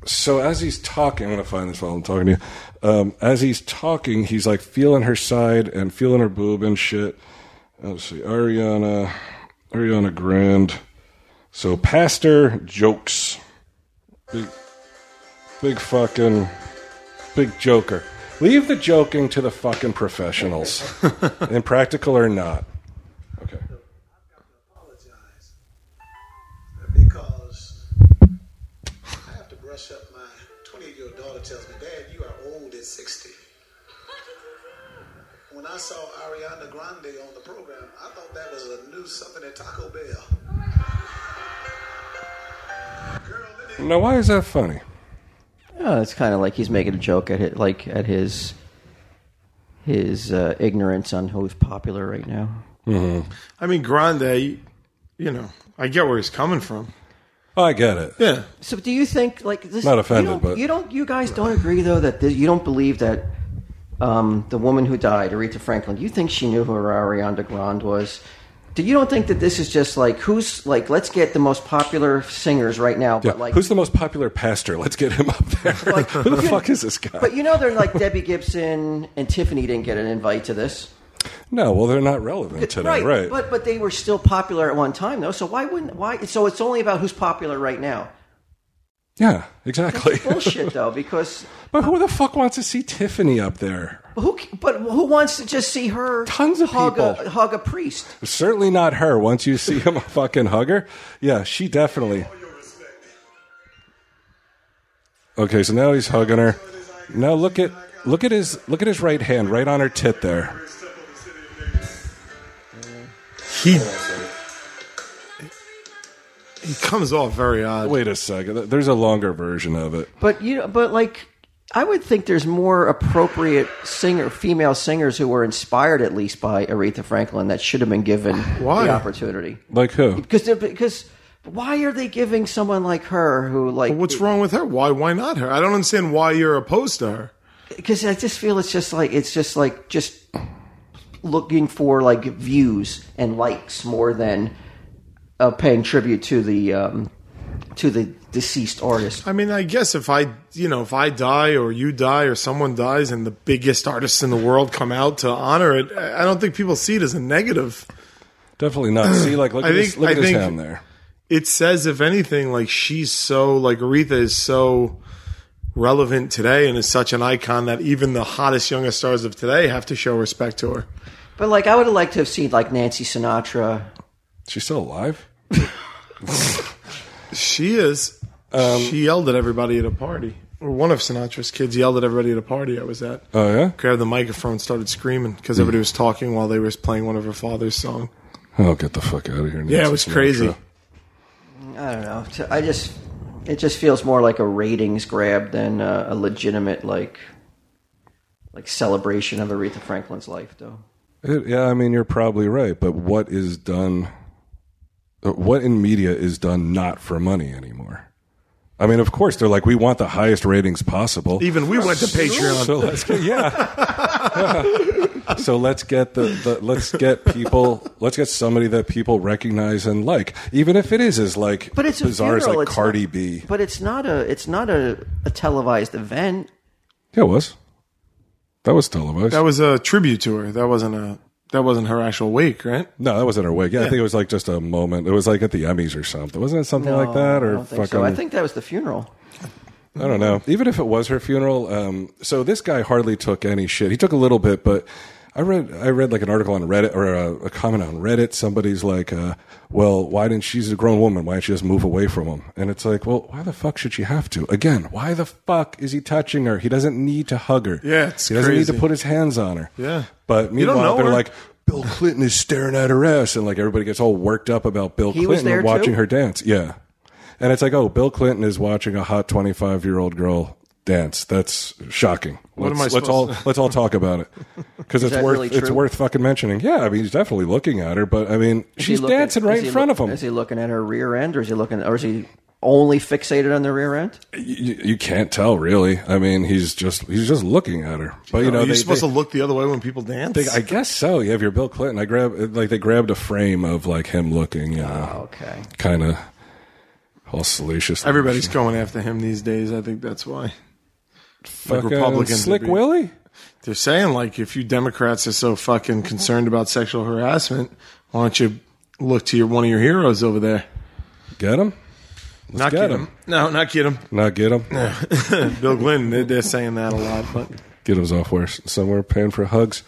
B: so as he's talking, I'm gonna find this while I'm talking to you. Um, as he's talking, he's like feeling her side and feeling her boob and shit. Uh, Let's see, Ariana, Ariana Grande. So pastor jokes, big, big fucking, big joker. Leave the joking to the fucking professionals, impractical or not. Okay.
D: apologize because I have to brush up my 28 year old daughter tells me, Dad, you are old at 60. When I saw Ariana Grande on the program, I thought that was a new something at Taco Bell. Girl, let me
B: Now, why is that funny?
A: Oh, it's kind of like he's making a joke at it, like at his his uh, ignorance on who's popular right now.
C: I mean, Grande, you know, I get where he's coming from.
B: I get it.
C: Yeah.
A: So, do you think like this?
B: Not offended,
A: you don't,
B: but-
A: you don't. You guys don't agree though that this, you don't believe that um, the woman who died, Aretha Franklin. You think she knew who Ariana Grande was? Do you don't think that this is just like who's like let's get the most popular singers right now?
B: Yeah.
A: But like
B: Who's the most popular pastor? Let's get him up there. Who the fuck is this guy?
A: But you know, they're like Debbie Gibson and Tiffany didn't get an invite to this.
B: no, well, they're not relevant today, right?
A: But but they were still popular at one time though. So why wouldn't why? So it's only about who's popular right now.
B: yeah, exactly.
A: Bullshit though, because
B: but who the fuck wants to see Tiffany up there?
A: who? c- But who wants to just see her?
B: Tons of
A: hug
B: people.
A: A, hug a priest.
B: Certainly not her. Once you see him a fucking hugger, yeah, she definitely. Okay, so now he's hugging her. Now look at look at his look at his right hand, right on her tit there.
C: He. He comes off very odd.
B: Wait a second. There's a longer version of it.
A: But you know, but like. I would think there's more appropriate singer, female singers who were inspired at least by Aretha Franklin that should have been given
C: Why?
A: the opportunity.
B: Like who?
A: Because they're- because why are they giving someone like her who like
C: What's wrong with her? Why? Why not her? I don't understand why you're opposed to her.
A: because I just feel it's just like it's just like just looking for like views and likes more than uh, paying tribute to the um, to the deceased artist.
C: I mean, I guess if I, you know, if I die or you die or someone dies and the biggest artists in the world come out to honor it, I I don't think people see it as a negative.
B: Definitely not. See, like look
C: I
B: at his
C: think-
B: look
C: I
B: at his
C: think-
B: hand there.
C: It says, if anything, like she's so, like Aretha is so relevant today and is such an icon that even the hottest, youngest stars of today have to show respect to her.
A: But like I would have liked to have seen like Nancy Sinatra.
B: She's still alive.
C: She is.
E: Um,
C: she yelled at everybody at a party. Or one of Sinatra's kids yelled at everybody at a party I was at.
B: Oh yeah.
C: grabbed the microphone and started screaming because everybody was talking while they were playing one of her father's song.
B: Oh, get the fuck out of here!
C: Yeah,
B: Nancy
C: it was
B: Sinatra.
C: crazy.
A: I don't know. T- I just it just feels more like a ratings grab than uh, a legitimate like like celebration of Aretha Franklin's life, though.
B: It- yeah, I mean you're probably right, but what is done? uh, What in media is done not for money anymore? I mean, of course they're like we want the highest ratings possible.
C: Even we went to Patreon.
B: So let's get yeah. so let's get the, the let's get people let's get somebody that people recognize and like, even if it is as like
A: But it's
B: bizarre
A: a
B: as
A: funeral.
B: like
A: it's
B: Cardi
A: not-
B: B.
A: But it's not a it's not a, a televised event.
B: Yeah, it was. That was televised.
C: that was a tribute to her. That wasn't a that wasn't her actual wake, right?
B: No, that wasn't her wig. Yeah, I think it was like just a moment. It was like at the Emmys or something. Wasn't it something like that?
A: I
B: Or
A: don't think
B: fucking,
A: so. I think that was the funeral.
B: I don't know. Even if it was her funeral, um, so this guy hardly took any shit. He took a little bit, but I read I read like an article on Reddit or a, a comment on Reddit. Somebody's like, uh, "Well, why didn't she's a grown woman? Why didn't she just move away from him?" And it's like, "Well, why the fuck should she have to? Again, why the fuck is he touching her? He doesn't need to hug her.
C: Yeah, it's
B: he doesn't need
C: crazy.
B: to put his hands on her.
C: Yeah.
B: But
C: don't
B: meanwhile,
C: know
B: they're
C: her.
B: like." Bill Clinton is staring at her ass, and like everybody gets all worked up about Bill
A: He was
B: Clinton
A: there,
B: watching
A: too?
B: her dance. Yeah, and it's like, oh, Bill Clinton is watching a hot twenty-five-year-old girl dance. That's shocking.
C: What
B: let's,
C: am I
B: let's
C: supposed
B: all
C: to-
B: let's all talk about it because it's
A: that
B: worth
A: really
B: it's
A: true?
B: worth fucking mentioning. Yeah, I mean, he's definitely looking at her, but I mean,
A: Is he
B: she's
A: looking-
B: dancing right
A: is
B: in
A: he
B: front
A: look-
B: of him.
A: Is he looking at her rear end, or is he looking, or is he only fixated on the rear end?
E: You, you can't tell really. I mean, he's just he's just looking at her. But you know,
C: Are you
E: they-
C: supposed
E: they-
C: to look the other way when people dance?
E: they- I guess so. Yeah, if you're Bill Clinton, I grab like they grabbed a frame of like him looking, you know,
A: Okay.
E: kind of all salacious.
C: Everybody's going after him these days. I think that's why.
E: fucking
C: Republicans
E: Slick
C: would be-
E: Willie.
C: They're saying, like, if you Democrats are so fucking concerned about sexual harassment, why don't you look to your one of your heroes over there?
E: Get him. Let's
C: not
E: get
C: get him. No, not get him.
E: Not get him.
C: Bill Clinton, they're, they're saying that a lot, but
E: get him somewhere somewhere paying for hugs.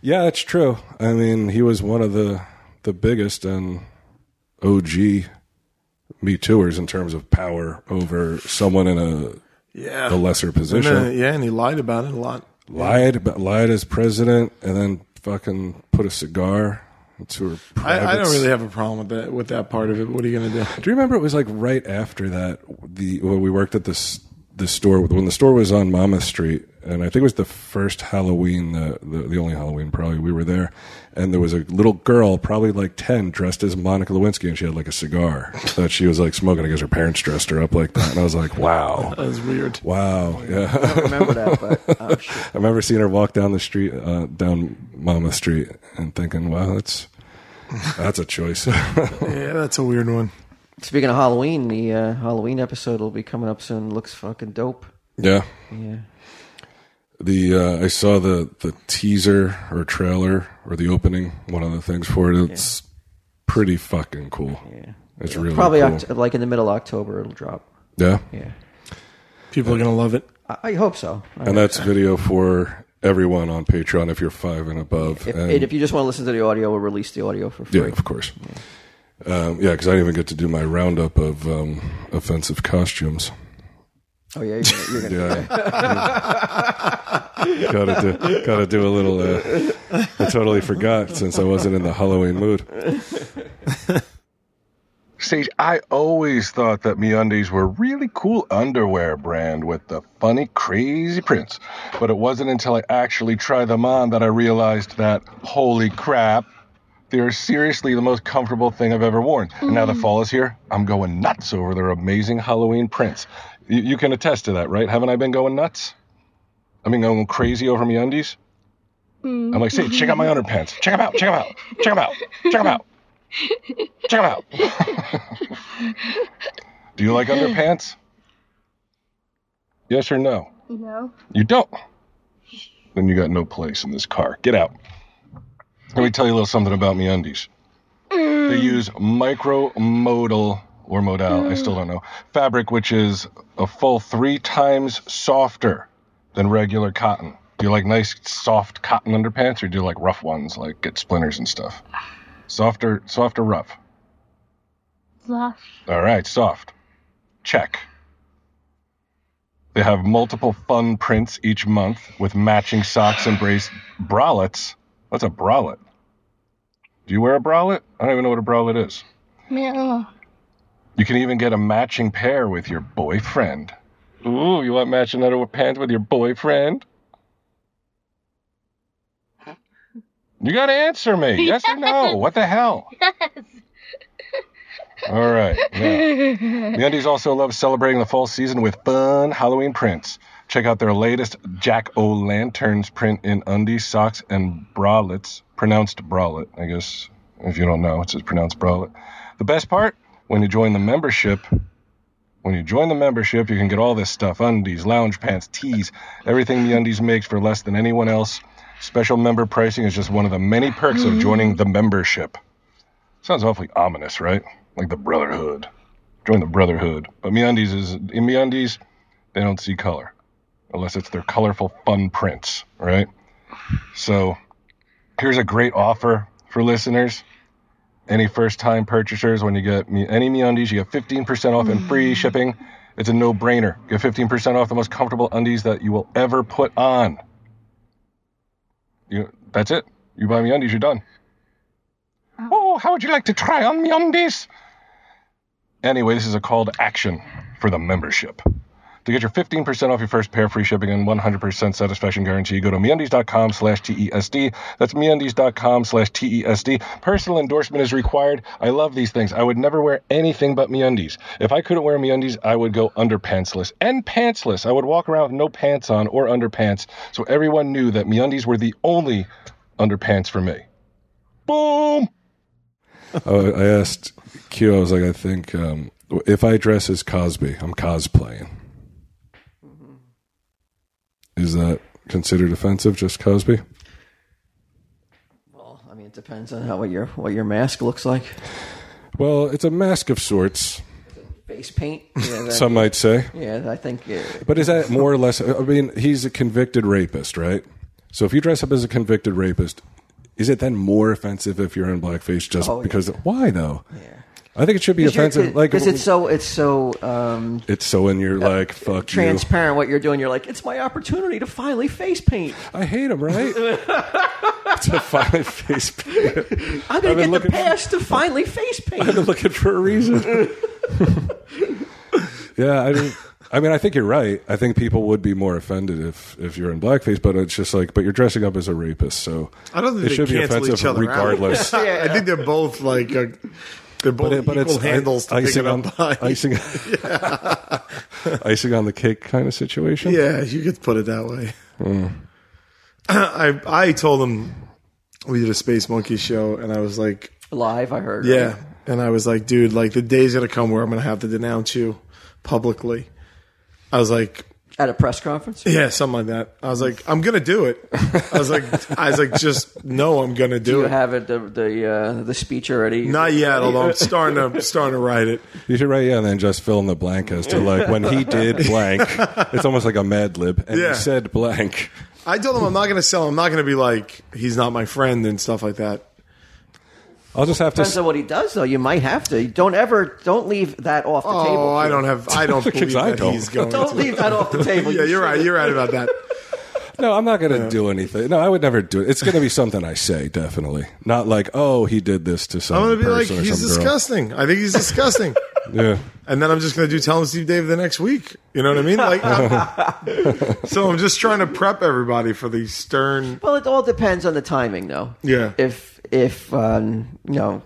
E: Yeah, it's true. I mean, he was one of the the biggest and OG Me Tooers in terms of power over someone in a
C: yeah.
E: a lesser position.
C: And, uh, yeah, and he lied about it a lot.
E: lied, but lied as president, and then fucking put a cigar into her.
C: I, I don't
E: privates.
C: really have a problem with that with that part of it. What are you going to do?
E: Do you remember it was like right after that the when we worked at this the store when the store was on Monmouth Street and I think it was the first Halloween the, the the only Halloween probably we were there and there was a little girl probably like 10 dressed as Monica Lewinsky and she had like a cigar that she was like smoking I guess her parents dressed her up like that and I was like wow
C: That was weird.
E: wow yeah
A: Remember that, but oh shit.
E: I remember seeing her walk down the street uh, down Monmouth Street and thinking wow that's that's a choice
C: Yeah, that's a weird one.
A: Speaking of Halloween, the uh, Halloween episode will be coming up soon. Looks fucking dope.
E: yeah
A: Yeah.
E: the uh, I saw the the teaser or trailer or the opening one of the things for it. It's pretty fucking cool. Yeah, it's really
A: Probably
E: cool.
A: oct- like in the middle of October it'll drop.
E: yeah.
A: Yeah.
C: People are going to love it.
A: I, I hope so.
B: Um,
A: I-
E: and that's video for everyone on Patreon if you're five and above.
A: if,
E: and,
A: and if you just want to listen to the audio, we'll release the audio for
E: yeah,
A: free.
E: of course. Um, yeah, because I didn't even get to do my roundup of um, offensive costumes.
A: Oh yeah, you're gonna, you're gonna
E: Yeah, gotta do, gotta do a little. Uh, I totally forgot since I wasn't in the Halloween mood.
B: Sage, I always thought that MeUndies were a really cool underwear brand with the funny, crazy prints. But it wasn't until I actually tried them on that I realized that, holy crap, they're seriously the most comfortable thing I've ever worn. And now the fall is here, I'm going nuts over their amazing Halloween prints. You, you can attest to that, right? Haven't I been going nuts? I mean, going crazy over MeUndies? I'm like, Sage, check out my underpants. Check them out, check them out, check them out, check them out. Check them out. Do you like underpants? Yes or no?
F: No.
B: You don't. Then you got no place in this car. Get out. Let me tell you a little something about me undies. They use micromodal or modal, I still don't know, fabric, which is a full three times softer than regular cotton. Do you like nice, soft cotton underpants or do you like rough ones, like get splinters and stuff? Softer, softer, rough.
F: Soft.
B: All right, soft. Check. They have multiple fun prints each month with matching socks and brace bralettes. What's a bralette? Do you wear a bralette? I don't even know what a bralette is.
F: No.
B: You can even get a matching pair with your boyfriend. Ooh, you want matching underwear pants with your boyfriend? You gotta answer me. Yes or no? What the hell? All right. Now. MeUndies also loves celebrating the fall season with fun Halloween prints. Check out their latest Jack O' Lanterns print in undies, socks, and bralettes. Pronounced bralette, I guess. If you don't know, it's just pronounced bralette. The best part, when you join the membership, when you join the membership, you can get all this stuff undies, lounge pants, tees, everything MeUndies makes for less than anyone else. Special member pricing is just one of the many perks of joining the membership. Sounds awfully ominous, right? Like the Brotherhood. Join the Brotherhood. But MeUndies is in MeUndies, they don't see color, unless it's their colorful fun prints, right? So, here's a great offer for listeners. Any first-time purchasers, when you get me any MeUndies, you get 15% off and free shipping. It's a no-brainer. Get 15% off the most comfortable undies that you will ever put on. You, that's it. You buy MeUndies, you're done. Oh, how would you like to try on me on this? Anyway, this is a call to action for the membership.
G: To get your 15% off your first pair, free shipping, and 100% satisfaction guarantee, go to MeUndies.com slash TESD. That's MeUndies.com slash TESD. Personal endorsement is required. I love these things. I would never wear anything but MeUndies. If I couldn't wear MeUndies, I would go underpantsless and pantsless. I would walk around with no pants on or underpants, so everyone knew that MeUndies were the only underpants for me. Boom!
B: I, I asked Q. I was like, I think um, if I dress as Cosby, I'm cosplaying. Mm-hmm. Is that considered offensive? Just Cosby?
A: Well, I mean, it depends on how what your what your mask looks like.
B: Well, it's a mask of sorts,
A: Face paint. Yeah, that-
B: some might say.
A: yeah I think. Yeah,
B: But is that more or less? I mean, he's a convicted rapist, right? So if you dress up as a convicted rapist, is it then more offensive if you're in blackface just
A: Oh, yeah.
B: because? Why though?
A: yeah.
B: I think it should be offensive. Like
A: because it's so it's so um,
B: it's so in your like fuck you.
A: transparent what you're doing. You're like, it's my opportunity to finally face paint.
B: I hate him, right? it's a finally face. paint.
A: I'm gonna
B: I've been
A: get the
B: looking-
A: pass to finally face paint.
B: I've been looking for a reason. yeah, I mean, I mean, I think you're right. I think people would be more offended if if you're in blackface, but it's just like, but you're dressing up as a rapist, so
C: I don't think
B: it
C: they
B: should be
C: cancel
B: offensive
C: each other out.
B: regardless.
C: I think they're both like uh, they're both
B: But, it- but
C: equal
B: it's
C: handles
B: i-
C: to pick it
B: icing
C: up
B: on
C: by.
B: icing, icing on the cake kind of situation.
C: Yeah, you could put it that way.
A: Hmm.
C: I I told him we did a Space Monkey show, and I was like,
A: Live, I heard.
C: yeah, and I was like, dude, like the day's gonna come where I'm gonna have to denounce you publicly. I was like,
A: at a press conference.
C: yeah, something like that. I was like, I'm gonna do it. I was like, I was like, just no, I'm gonna do
A: You
C: it.
A: have it the the uh, the speech already.
C: Not yet, although I'm starting to starting to write it.
B: You should write, yeah, and then just fill in the blank as to like when he did blank. It's almost like a Mad Lib, and
C: Yeah.
B: he said blank.
C: I told him I'm not going to sell. him. I'm not going to be like he's not my friend and stuff like that.
B: I'll just have to.
A: Depends
B: s-
A: on what he does, though. You might have to. Don't ever. Don't leave that off the table.
C: Oh, I don't have. I don't
B: 'Cause
C: believe
B: I
C: that
B: don't.
C: he's going.
A: Don't
C: to.
A: leave that off the table.
C: Yeah, you're right. You're right about that.
B: No, I'm not going to do anything. No, I would never do it. It's going to be something I say, definitely. Not like, oh, he did this to some.
C: I'm going to be like
B: person or
C: he's
B: some girl."
C: disgusting. I think he's disgusting.
B: Yeah.
C: and then I'm just going to do tell him Steve Dave the next week. You know what I mean? Like, I'm- so I'm just trying to prep everybody for the stern.
A: Well, it all depends on the timing, though.
C: Yeah.
A: If if um, you know,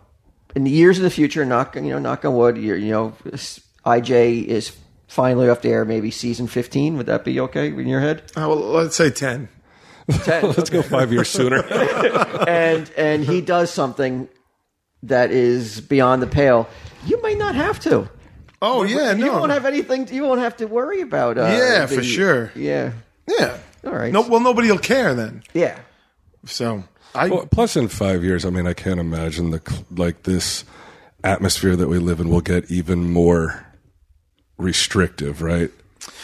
A: in the years in the future, knock you know, knock on wood, you're, you know, s- IJ is finally off the air. Maybe season fifteen. Would that be okay in your head?
C: Oh, well, let's say ten.
A: Ten.
B: Let's go five years sooner.
A: and and he does something that is beyond the pale. You may not have to.
C: Oh yeah,
A: You
C: no.
A: won't have anything. You won't have to worry about. Uh,
C: Yeah,
A: the-
C: for sure.
A: Yeah.
C: yeah.
A: All right.
C: No, well, nobody will care then.
A: Yeah.
C: So I.
B: Well, plus, in five years, I mean, I can't imagine the cl- like this atmosphere that we live in will get even more restrictive, right?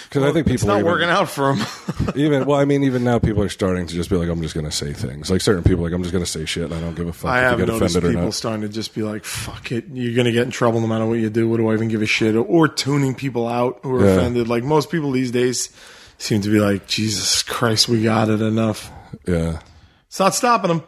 B: Because I think people
C: it's not
B: even,
C: working out for him.
B: even well, I mean, even now people are starting to just be like, "I'm just going to say things." Like certain people, are like I'm just going to say shit, and I don't give a fuck
C: I
B: if you
C: have
B: get
C: noticed
B: offended or
C: people
B: not.
C: starting to just be like, "Fuck it, you're gonna get in trouble no matter what you do. What do I even give a shit?" Or tuning people out who are
B: Yeah.
C: offended. Like most people these days seem to be like, "Jesus Christ, we got it enough."
B: yeah,
C: It's not stopping them.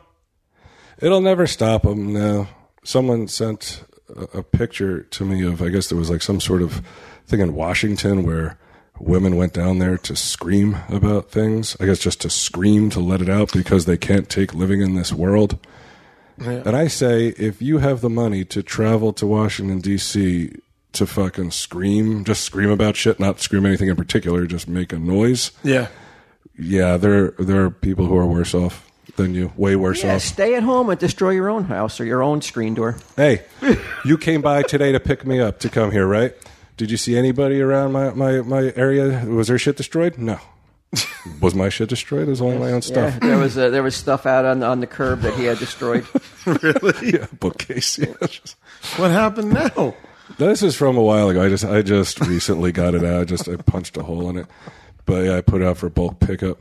B: It'll never stop them. No. Someone sent a, a picture to me of, I guess there was like some sort of thing in Washington where women went down there to scream about things. I guess just to scream to let it out because they can't take living in this world. And I say, if you have the money to travel to Washington, D.C. to fucking scream, just scream about shit, not scream anything in particular, just make a noise.
C: Yeah,
B: Yeah, there, there are people who are worse off than you, way worse
A: Yeah.
B: off.
A: Stay at home and destroy your own house or your own screen door.
B: Hey, you came by today to pick me up to come here, right? Did you see anybody around my, my, my area? Was their shit destroyed? No. Was my shit destroyed? It was only my own
A: Yeah.
B: stuff.
A: There was uh there was stuff out on on the curb that he had destroyed.
C: really.
B: Yeah, bookcase. Yeah.
C: What happened now?
B: This is from a while ago. I just I just recently got it out. I just I punched a hole in it. But yeah, I put it out for bulk pickup.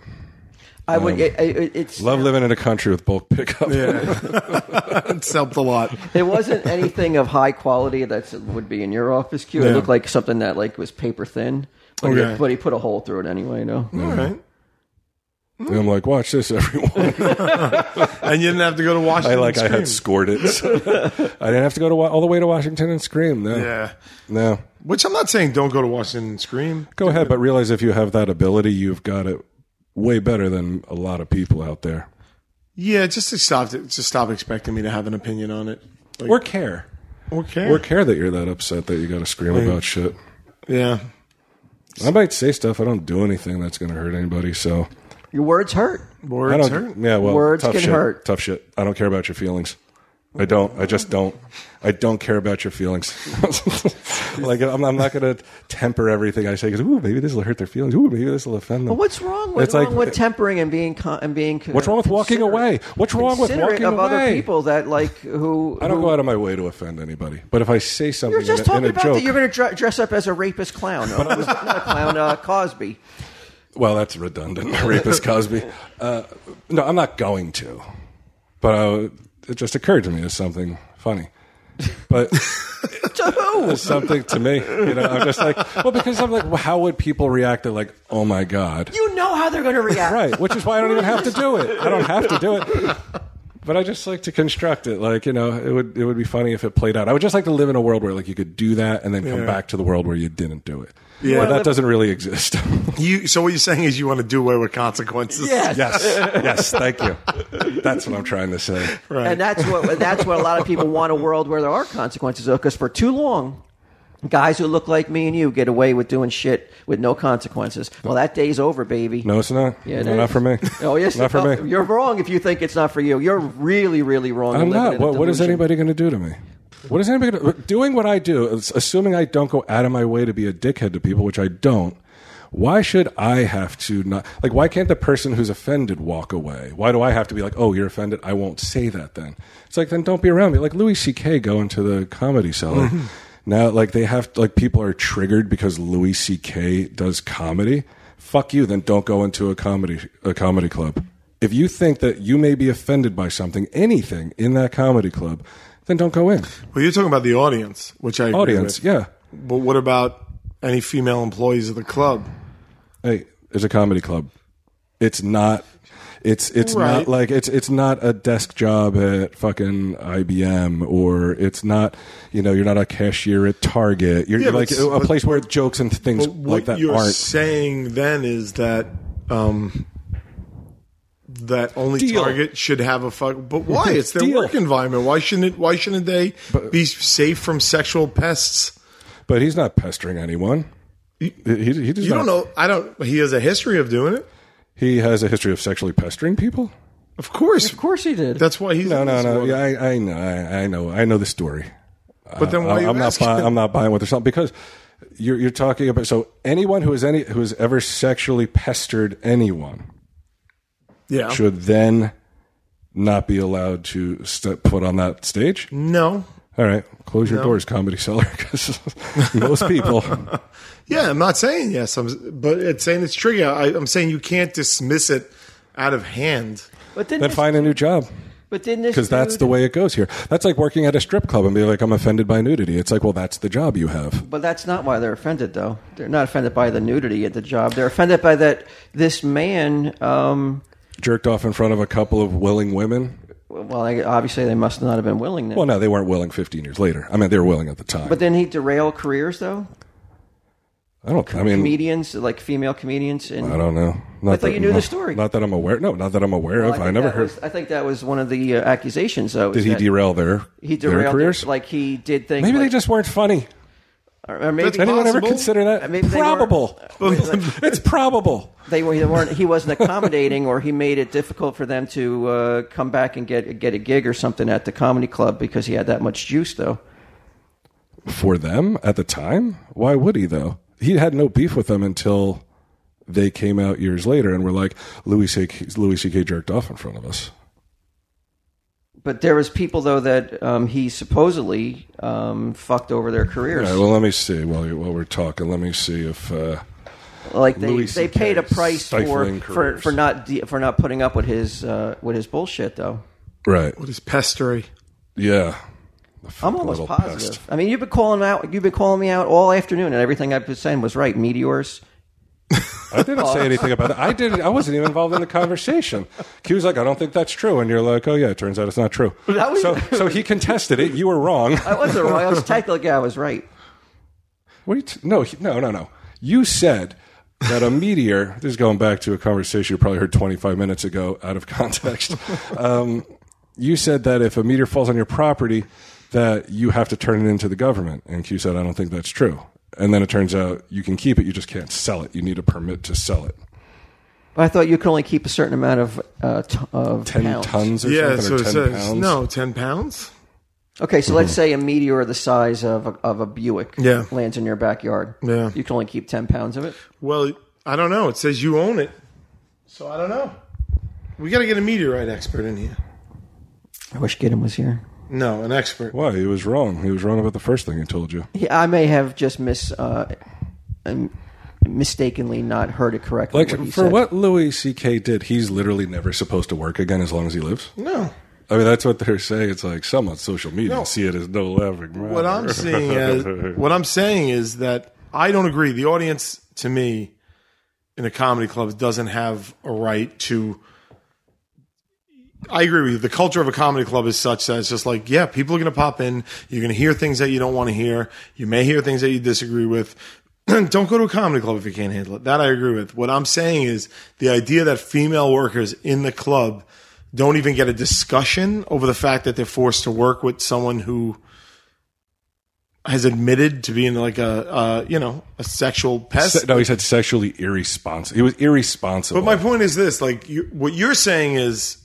A: I
B: Um,
A: would. it- it- it's
B: Love living in a country with bulk pickup.
C: Yeah, it's helped a lot.
A: It wasn't anything of high quality that would be in your office queue. It
C: Yeah.
A: looked like something that like was paper thin. But,
C: Okay.
A: he, but he put a hole through it anyway. You know.
C: All right.
B: And I'm like, watch this, everyone.
C: And you didn't have to go to
B: I
C: Washington.
B: like I
C: and
B: had
C: Scream.
B: scored it. so I didn't have to go to wa- all the way to Washington and scream. No,
C: Yeah.
B: no.
C: Which I'm not saying don't go to Washington and Scream.
B: Go ahead, but realize if you have that ability, you've got it way better than a lot of people out there.
C: Yeah, just to stop just stop expecting me to have an opinion on it. Like,
B: Or care.
C: or care.
B: Or care that you're that upset that you got to scream about shit.
C: Yeah.
B: I might say stuff. I don't do anything that's going to hurt anybody. So
A: Your words hurt.
B: I
C: Words
B: don't.
C: hurt.
B: Yeah, well,
A: Words
B: tough
A: can
B: shit.
A: hurt.
B: Tough shit. I don't care about your feelings. I don't. I just don't. I don't care about your feelings. like I'm, I'm not going to temper everything I say because ooh, maybe this will hurt their feelings. Ooh, maybe this will offend them.
A: But what's wrong with,
B: It's like-
A: wrong with tempering and being con- and being? con-
B: What's wrong with walking
A: considerate-
B: away? What's wrong with
A: considerate
B: walking
A: of other
B: away?
A: people that like who?
B: I don't
A: who-
B: go out of my way to offend anybody. But if I say something,
A: You're just
B: in a, in
A: talking
B: a
A: about
B: joke,
A: that you're going to dr- dress up as a rapist clown. No, it was not a clown, uh, Cosby.
B: Well, that's redundant. Rapist Cosby. Uh, no, I'm not going to. But I, it just occurred to me as something funny. But
A: To who?
B: it's something to me. You know, I'm just like, well, because I'm like, well, how would people react to like, oh my god,
A: You know how they're going to react.
B: right? Which is why I don't even have to do it. I don't have to do it. But I just like to construct it. Like you know, it would it would be funny if it played out. I would just like to live in a world where like you could do that and then come back to the world where you didn't do it. Yeah, but that doesn't really exist.
C: You. So what you're saying is you want to do away with consequences.
A: Yes.
B: Yes, yes, thank you. That's what I'm trying to say.
C: Right.
A: And that's what that's what a lot of people want a world where there are consequences. Because for too long, guys who look like me and you get away with doing shit with no consequences. Well, that day's over, baby.
B: No, it's not.
A: Yeah, it
B: No, not
A: is.
B: for me.
A: Oh yes,
B: not for
A: oh,
B: me.
A: You're wrong if you think it's not for you. You're really, really wrong.
B: I'm
A: You're living
B: not.
A: in a
B: What, what is
A: delusion.
B: anybody going to do to me? What is anybody gonna, doing? What I do, is assuming I don't go out of my way to be a dickhead to people, which I don't. Why should I have to not like? Why can't the person who's offended walk away? Why do I have to be like, oh, you're offended? I won't say that then. It's like then don't be around me. Like Louis C.K. going to the comedy cellar. now, like they have like people are triggered because Louis C.K. does comedy. Fuck you. Then don't go into a comedy a comedy club. If you think that you may be offended by something, anything in that comedy club, then don't go in.
C: Well, you're talking about the audience, which I agree
B: Audience,
C: with.
B: yeah.
C: But what about any female employees of the club?
B: Hey, it's a comedy club. It's not. It's it's
C: Right.
B: not like it's it's not a desk job at fucking IBM or it's not you know you're not a cashier at Target. You're,
C: Yeah,
B: you're
C: but
B: like
C: s-
B: a
C: but-
B: place where jokes and things
C: But what
B: like that
C: you're
B: aren't.
C: saying then is that um, that only
B: Deal.
C: Target should have a fuck. But why? It's their
B: Deal.
C: work environment. Why shouldn't it? Why shouldn't they be safe from sexual pests?
B: But he's not pestering anyone. He, he, he does
C: You
B: not-
C: don't know. I don't. He has a history of doing it.
B: He has a history of sexually pestering people.
C: Of course.
A: Of course he did.
C: That's why he's
B: No,
C: in
B: no,
C: this
B: no.
C: world.
B: Yeah, I, I know. I, I know. I know the story.
C: But then why are you
B: I'm not
C: asking?
B: buying. I'm not buying what they're selling because you're you're talking about. So anyone who has any who has ever sexually pestered anyone
C: yeah.
B: should then not be allowed to step foot on that stage.
C: No.
B: All right, close your doors, comedy cellar, because most people.
C: Yeah, I'm not saying yes. I'm, but it's saying it's tricky. I, I'm saying you can't dismiss it out of hand.
A: but didn't
B: then
A: this,
B: find a new job
A: but didn't this
B: because that's
A: dude-
B: the way it goes here. That's like working at a strip club and be like, I'm offended by nudity. It's like, well, that's the job you have.
A: But that's not why they're offended, though. They're not offended by the nudity at the job. They're offended by that this man. Um,
B: Jerked off in front of a couple of willing women.
A: well, I, obviously they must not have been willing. Then.
B: Well, no, they weren't willing 15 years later. I mean, they were willing at the time.
A: but then he derail careers, though.
B: I don't. I mean,
A: Comedians, like female comedians, and
B: I don't know. Not
A: I thought
B: that-
A: you knew
B: no,
A: the story.
B: Not that I'm aware. No, not that I'm aware
A: Well,
B: of.
A: think
B: I never
A: that
B: heard.
A: was- I think that was one of the uh, accusations, though.
B: did he derail their
A: He
B: their
A: derailed their-
B: careers?
A: like he did things.
B: maybe
A: like,
B: they just weren't funny.
A: or- or maybe
C: That's
B: Anyone ever
C: Possible.
B: consider that?
A: Maybe they
B: probable. it's probable.
A: they were, they weren't he wasn't accommodating or he made it difficult for them to uh, come back and get get a gig or something at the comedy club because he had that much juice though
B: for them at the time. Why would he though? He had no beef with them until they came out years later and were like, Louis C.K. Louis C.K. jerked off in front of us.
A: but there was people though that um, he supposedly um, fucked over their careers
B: All right. Well, let me see. While you- while we're talking, let me see if. Uh,
A: like they,
B: Louis
A: they
B: CK
A: paid a price for,
B: stifling
A: for
B: careers.
A: for not de- for not putting up with his uh, with his bullshit though
B: right.
C: What is pestery?
B: Yeah. The
A: I'm
B: fucking
A: almost
B: little
A: positive.
B: pest.
A: I mean, you've been calling out, you've been calling me out all afternoon, and everything I've been saying was right. Meteors,
B: I didn't say anything about it. I didn't. I wasn't even involved in the conversation. Q's like, I don't think that's true, and you're like, Oh yeah, it turns out it's not true.
A: That was-
B: so, so he contested it. You were wrong.
A: I wasn't wrong. I was technically I was right.
B: What are you t- no, he- no, no, no. You said that a meteor, this is going back to a conversation you probably heard 25 minutes ago out of context. Um, you said that if a meteor falls on your property, that you have to turn it into the government. And Q said, I don't think that's true. And then it turns out you can keep it, you just can't sell it. You need a permit to sell it.
A: But I thought you could only keep a certain amount of uh, t- of
B: 10
A: pounds.
B: tons or
C: Yeah,
B: something,
C: so it
B: or 10
C: says
B: pounds.
C: no, ten pounds.
A: Okay, so let's say a meteor the size of a, of a Buick
C: Yeah.
A: lands in your backyard.
C: Yeah.
A: You can only keep 10 pounds of it.
C: Well, I don't know. It says you own it, so I don't know. We got to get a meteorite expert in here.
A: I wish Gideon was here.
C: No, an expert.
B: Why? He was wrong. He was wrong about the first thing he told you.
A: Yeah, I may have just mis, uh, um, mistakenly not heard it correctly.
B: Like,
A: what he
B: for
A: said.
B: what Louis C.K. did, he's literally never supposed to work again as long as he lives.
C: No,
B: I mean, that's what they're saying. It's like some on social media
C: No.
B: see it as no laughing matter.
C: what I'm seeing as what I'm saying is that I don't agree. The audience, to me, in a comedy club, doesn't have a right to. I agree with you. The culture of a comedy club is such that it's just like, yeah, people are going to pop in. You're going to hear things that you don't want to hear. You may hear things that you disagree with. don't go to a comedy club if you can't handle it. That I agree with. What I'm saying is the idea that female workers in the club don't even get a discussion over the fact that they're forced to work with someone who has admitted to being like a uh, you know a sexual pest.
B: Se- no, he said sexually irresponsible. He was irresponsible.
C: But my point is this: like, you, what you're saying is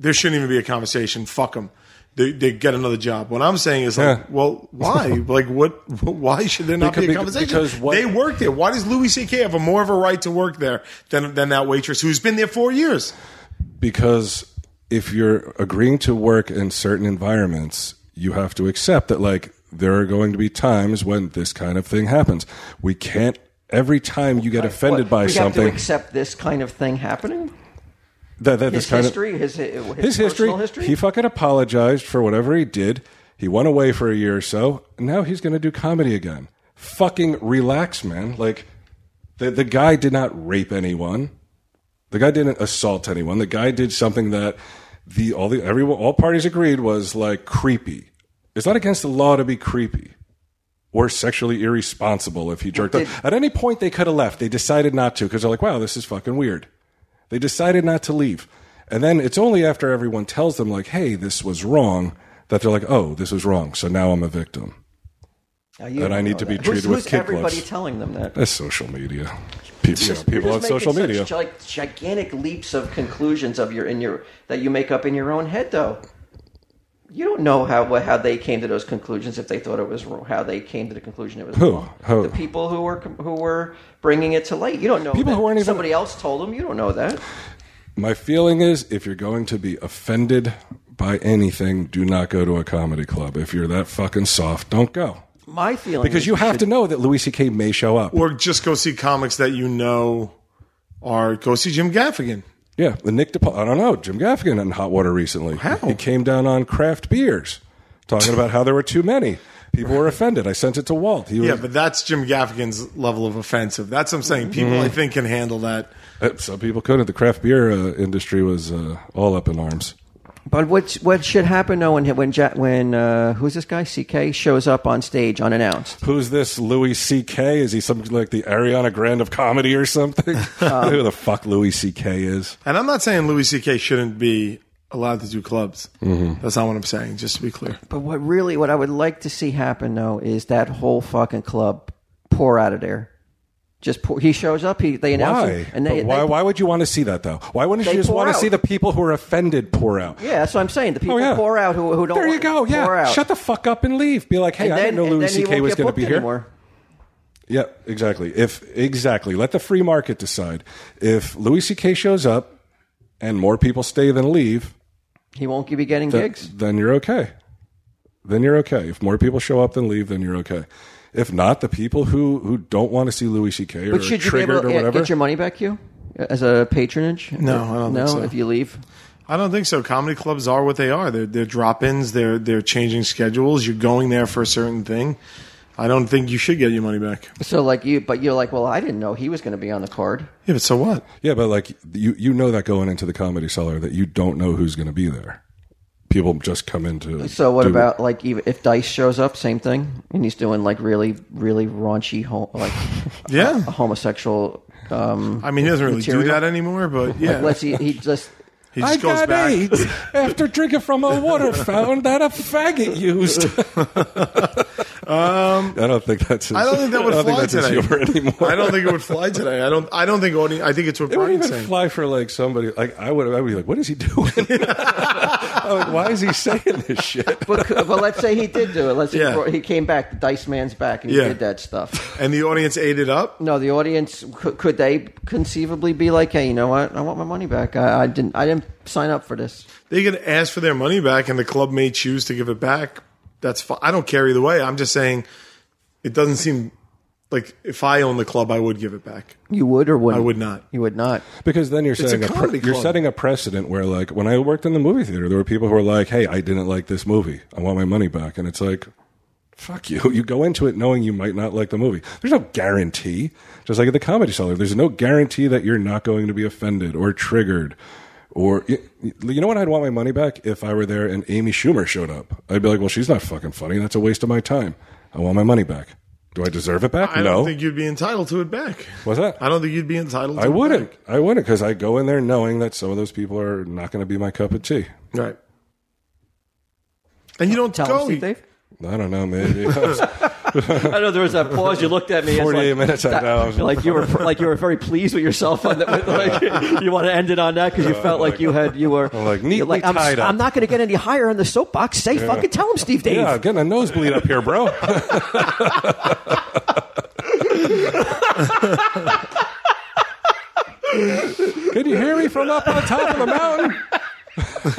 C: there shouldn't even be a conversation. Fuck them. They, they get another job. What I'm saying is like,
B: Yeah.
C: well, why? like, what? Why should there not
B: Because-
C: be a
B: beca-
C: conversation?
B: because what-
C: they work there. Why does Louis C.K. have a more of a right to work there than than that waitress who's been there four years?
B: because if you're agreeing to work in certain environments, you have to accept that like there are going to be times when this kind of thing happens. We can't every time you get offended
A: What,
B: by
A: we
B: something
A: have to accept this kind of thing happening?
B: that, that
A: His
B: this kind of
A: history? his, uh, his,
B: his history,
A: personal history?
B: He fucking apologized for whatever he did. He went away for a year or so. Now he's going to do comedy again. Fucking relax, man. Like the the guy did not rape anyone. The guy didn't assault anyone. The guy did something that the all the everyone all parties agreed was like creepy. It's not against the law to be creepy or sexually irresponsible if he jerked off. At any point they could have left. They decided not to because they're like, wow, this is fucking weird. They decided not to leave. And then it's only after everyone tells them, like, hey, this was wrong, that they're like, oh, this was wrong. So now I'm a victim.
A: Now, you
B: and I
A: don't
B: need
A: know
B: to be
A: that.
B: treated
A: who's,
B: with
A: who's
B: kid
A: everybody
B: gloves.
A: telling them that?
B: That's social media. People, you know, people
A: You're
B: on
A: just
B: social
A: making
B: media.
A: Such, like gigantic leaps of conclusions of your in your that you make up in your own head, though. You don't know how what- how they came to those conclusions if they thought it was wrong, how they came to the conclusion it was
B: Who?
A: wrong.
B: Who?
A: The people who were com- who were bringing it to light. You don't know.
B: People
A: that.
B: who weren't even-
A: somebody else told them. You don't know that.
B: My feeling is if you're going to be offended by anything, do not go to a comedy club. If you're that fucking soft, don't go.
A: My feeling
B: Because
A: is
B: you have to know that Louis C.K. may show up.
C: Or just go see comics that you know, or go see Jim Gaffigan.
B: Yeah, the Nick DePaul. I don't know. Jim Gaffigan in hot water recently.
C: How?
B: He came down on craft beers, talking about how there were too many. People were offended. I sent it to Walt. He was,
C: Yeah, but that's Jim Gaffigan's level of offensive. That's what I'm
B: Mm-hmm.
C: saying. People, I think, can handle that.
B: uh, some people couldn't. The craft beer uh, industry was uh, all up in arms.
A: But what what should happen though when when ja- when uh, who's this guy CK shows up on stage unannounced?
B: Who's this Louis C.K.? Is he some like the Ariana Grande of comedy or something?
C: Um,
B: Who the fuck Louis C.K. is?
C: And I'm not saying Louis C.K. shouldn't be allowed to do clubs.
B: Mm-hmm.
C: That's not what I'm saying, just to be clear.
A: But what really what I would like to see happen though is that whole fucking club pour out of there. Just pour, he shows up. He they announce
B: Why?
A: him, and they,
B: But why?
A: they-
B: why would you want to see that though? Why wouldn't you
A: They
B: just
A: pour
B: want
A: out.
B: to see the people who are offended pour out?
A: Yeah, that's what I'm saying. The people
B: Oh, yeah.
A: pour out who, who don't.
B: There you
A: want-
B: go.
A: pour
B: Yeah.
A: out.
B: Shut the fuck up and leave. Be like, hey,
A: And
B: I
A: then-
B: didn't know
A: and
B: Louis
A: then he
B: C.K.
A: won't
B: was
A: get
B: going to
A: booked
B: be here.
A: anymore.
B: Yeah, exactly. If exactly, let the free market decide. If Louis C.K. shows up and more people stay than leave,
A: He won't be getting
B: then,
A: gigs.
B: then you're okay. Then you're okay. If more people show up than leave, then you're okay. If not, the people who who don't want to see Louis C.K. or
A: But should you be able
B: triggered
A: to
B: or
A: uh,
B: whatever,
A: get your money back? You as a patronage?
C: No, I don't
A: no.
C: think so.
A: If you leave,
C: I don't think so. Comedy clubs are what they are. They're, they're drop ins, they're, they're changing schedules. You're going there for a certain thing. I don't think you should get your money back.
A: So like you, but you're like, well, I didn't know he was going to be on the card.
C: Yeah, but so what?
B: Yeah, but like you, you know that going into the comedy cellar that you don't know who's going to be there. People just come into.
A: So what
B: do-
A: about like even if Dice shows up, same thing, and he's doing like really, really raunchy, ho- like
C: Yeah,
A: a homosexual. Um,
C: I mean he doesn't really do
A: Material.
C: that anymore. But yeah,
A: let's see, he just
C: he just goes back.
B: after drinking from a water fountain that a faggot used. um, I don't think that's. His,
C: I don't think that would
B: I don't
C: fly
B: think that's
C: today.
B: his humor anymore.
C: I don't think it would fly today. I don't. I don't think. Audi, I think it's what
B: It would
C: Brian's
B: even
C: saying.
B: fly for like somebody like I would. I would be like, "What is he doing? I'm like, Why is he saying this shit?"
A: but, but let's say he did do it. Let's say he
C: Yeah.
A: brought- he came back, the Dice Man's back, and he
C: Yeah.
A: did that stuff.
C: And the audience ate it up.
A: No, the audience could, could they conceivably be like, hey, you know what? I want my money back. I, I didn't, I didn't sign up for this.
C: They could ask for their money back, and the club may choose to give it back. That's fine. I don't care either way. I'm just saying, it doesn't seem like if I own the club, I would give it back.
A: You would or wouldn't?
C: I would not.
A: You would not.
B: Because then you're setting a, pre-
C: comedy
B: you're
C: club.
B: setting a precedent where like when I worked in the movie theater, there were people who were like, "Hey, I didn't like this movie. I want my money back." And it's like, "Fuck you." You go into it knowing you might not like the movie. There's no guarantee. Just like at the comedy cellar, there's no guarantee that you're not going to be offended or triggered. Or y- y- you know what? I'd want my money back if I were there and Amy Schumer showed up. I'd be like, "Well, she's not fucking funny. That's a waste of my time. I want my money back. Do I deserve it back?
C: I
B: no.
C: don't think you'd be entitled to it back.
B: What's that?
C: I don't think you'd be entitled. to
B: I
C: it
B: wouldn't. I wouldn't because I go in there knowing that some of those people are not going to be my cup of tea.
C: back. Right. And you don't
A: Tell him,
C: go. e-
A: Steve Dave.
B: I don't know, maybe. I was
A: I know there was that pause. You looked at me. it's
B: 48 minutes, I know. I was-
A: Like you were, like you were very pleased with yourself on that. Like, you want to end it on that because you felt like you had, you were
B: Oh, I'm like, neatly
A: you're I'm,
B: tied up.
A: I'm not going to get any higher on the soapbox. Say, fucking tell him, Steve Dave.
B: yeah, getting a nosebleed up here, bro. Can you hear me from up on top of the mountain?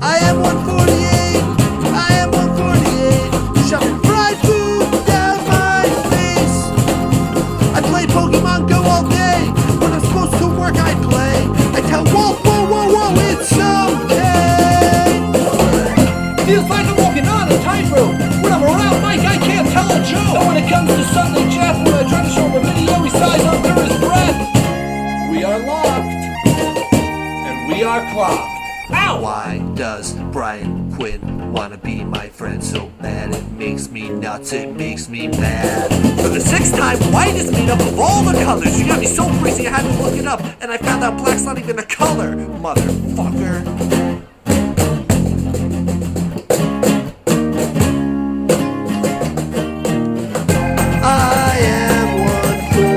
H: I am 148. I am 148. Shoving fried food down my face. I play Pokemon Go all day. When I'm supposed to work, I play. I tell Walt, whoa, whoa, whoa, it's okay. Feels like I'm walking on a tightrope. When I'm around Mike, I can't tell a joke. And when it comes to Sunday chat, when I try to show him a video, he sighs under his breath. We are locked and we are clocked. Ow! Why does Brian Quinn wanna be my friend so bad? It makes me nuts, it makes me mad. For the sixth time, white is made up of all the colors. You got me so crazy I had to look it up, and I found out black's not even a color, motherfucker. I am 148.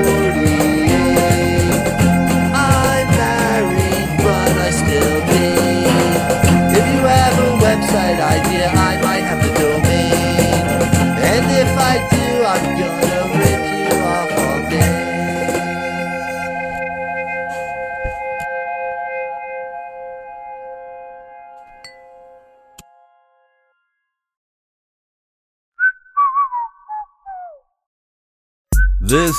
H: I'm married, but I still date. If you have a website idea, I might have the domain. And if I do, I'm gonna rip you off all day.
I: This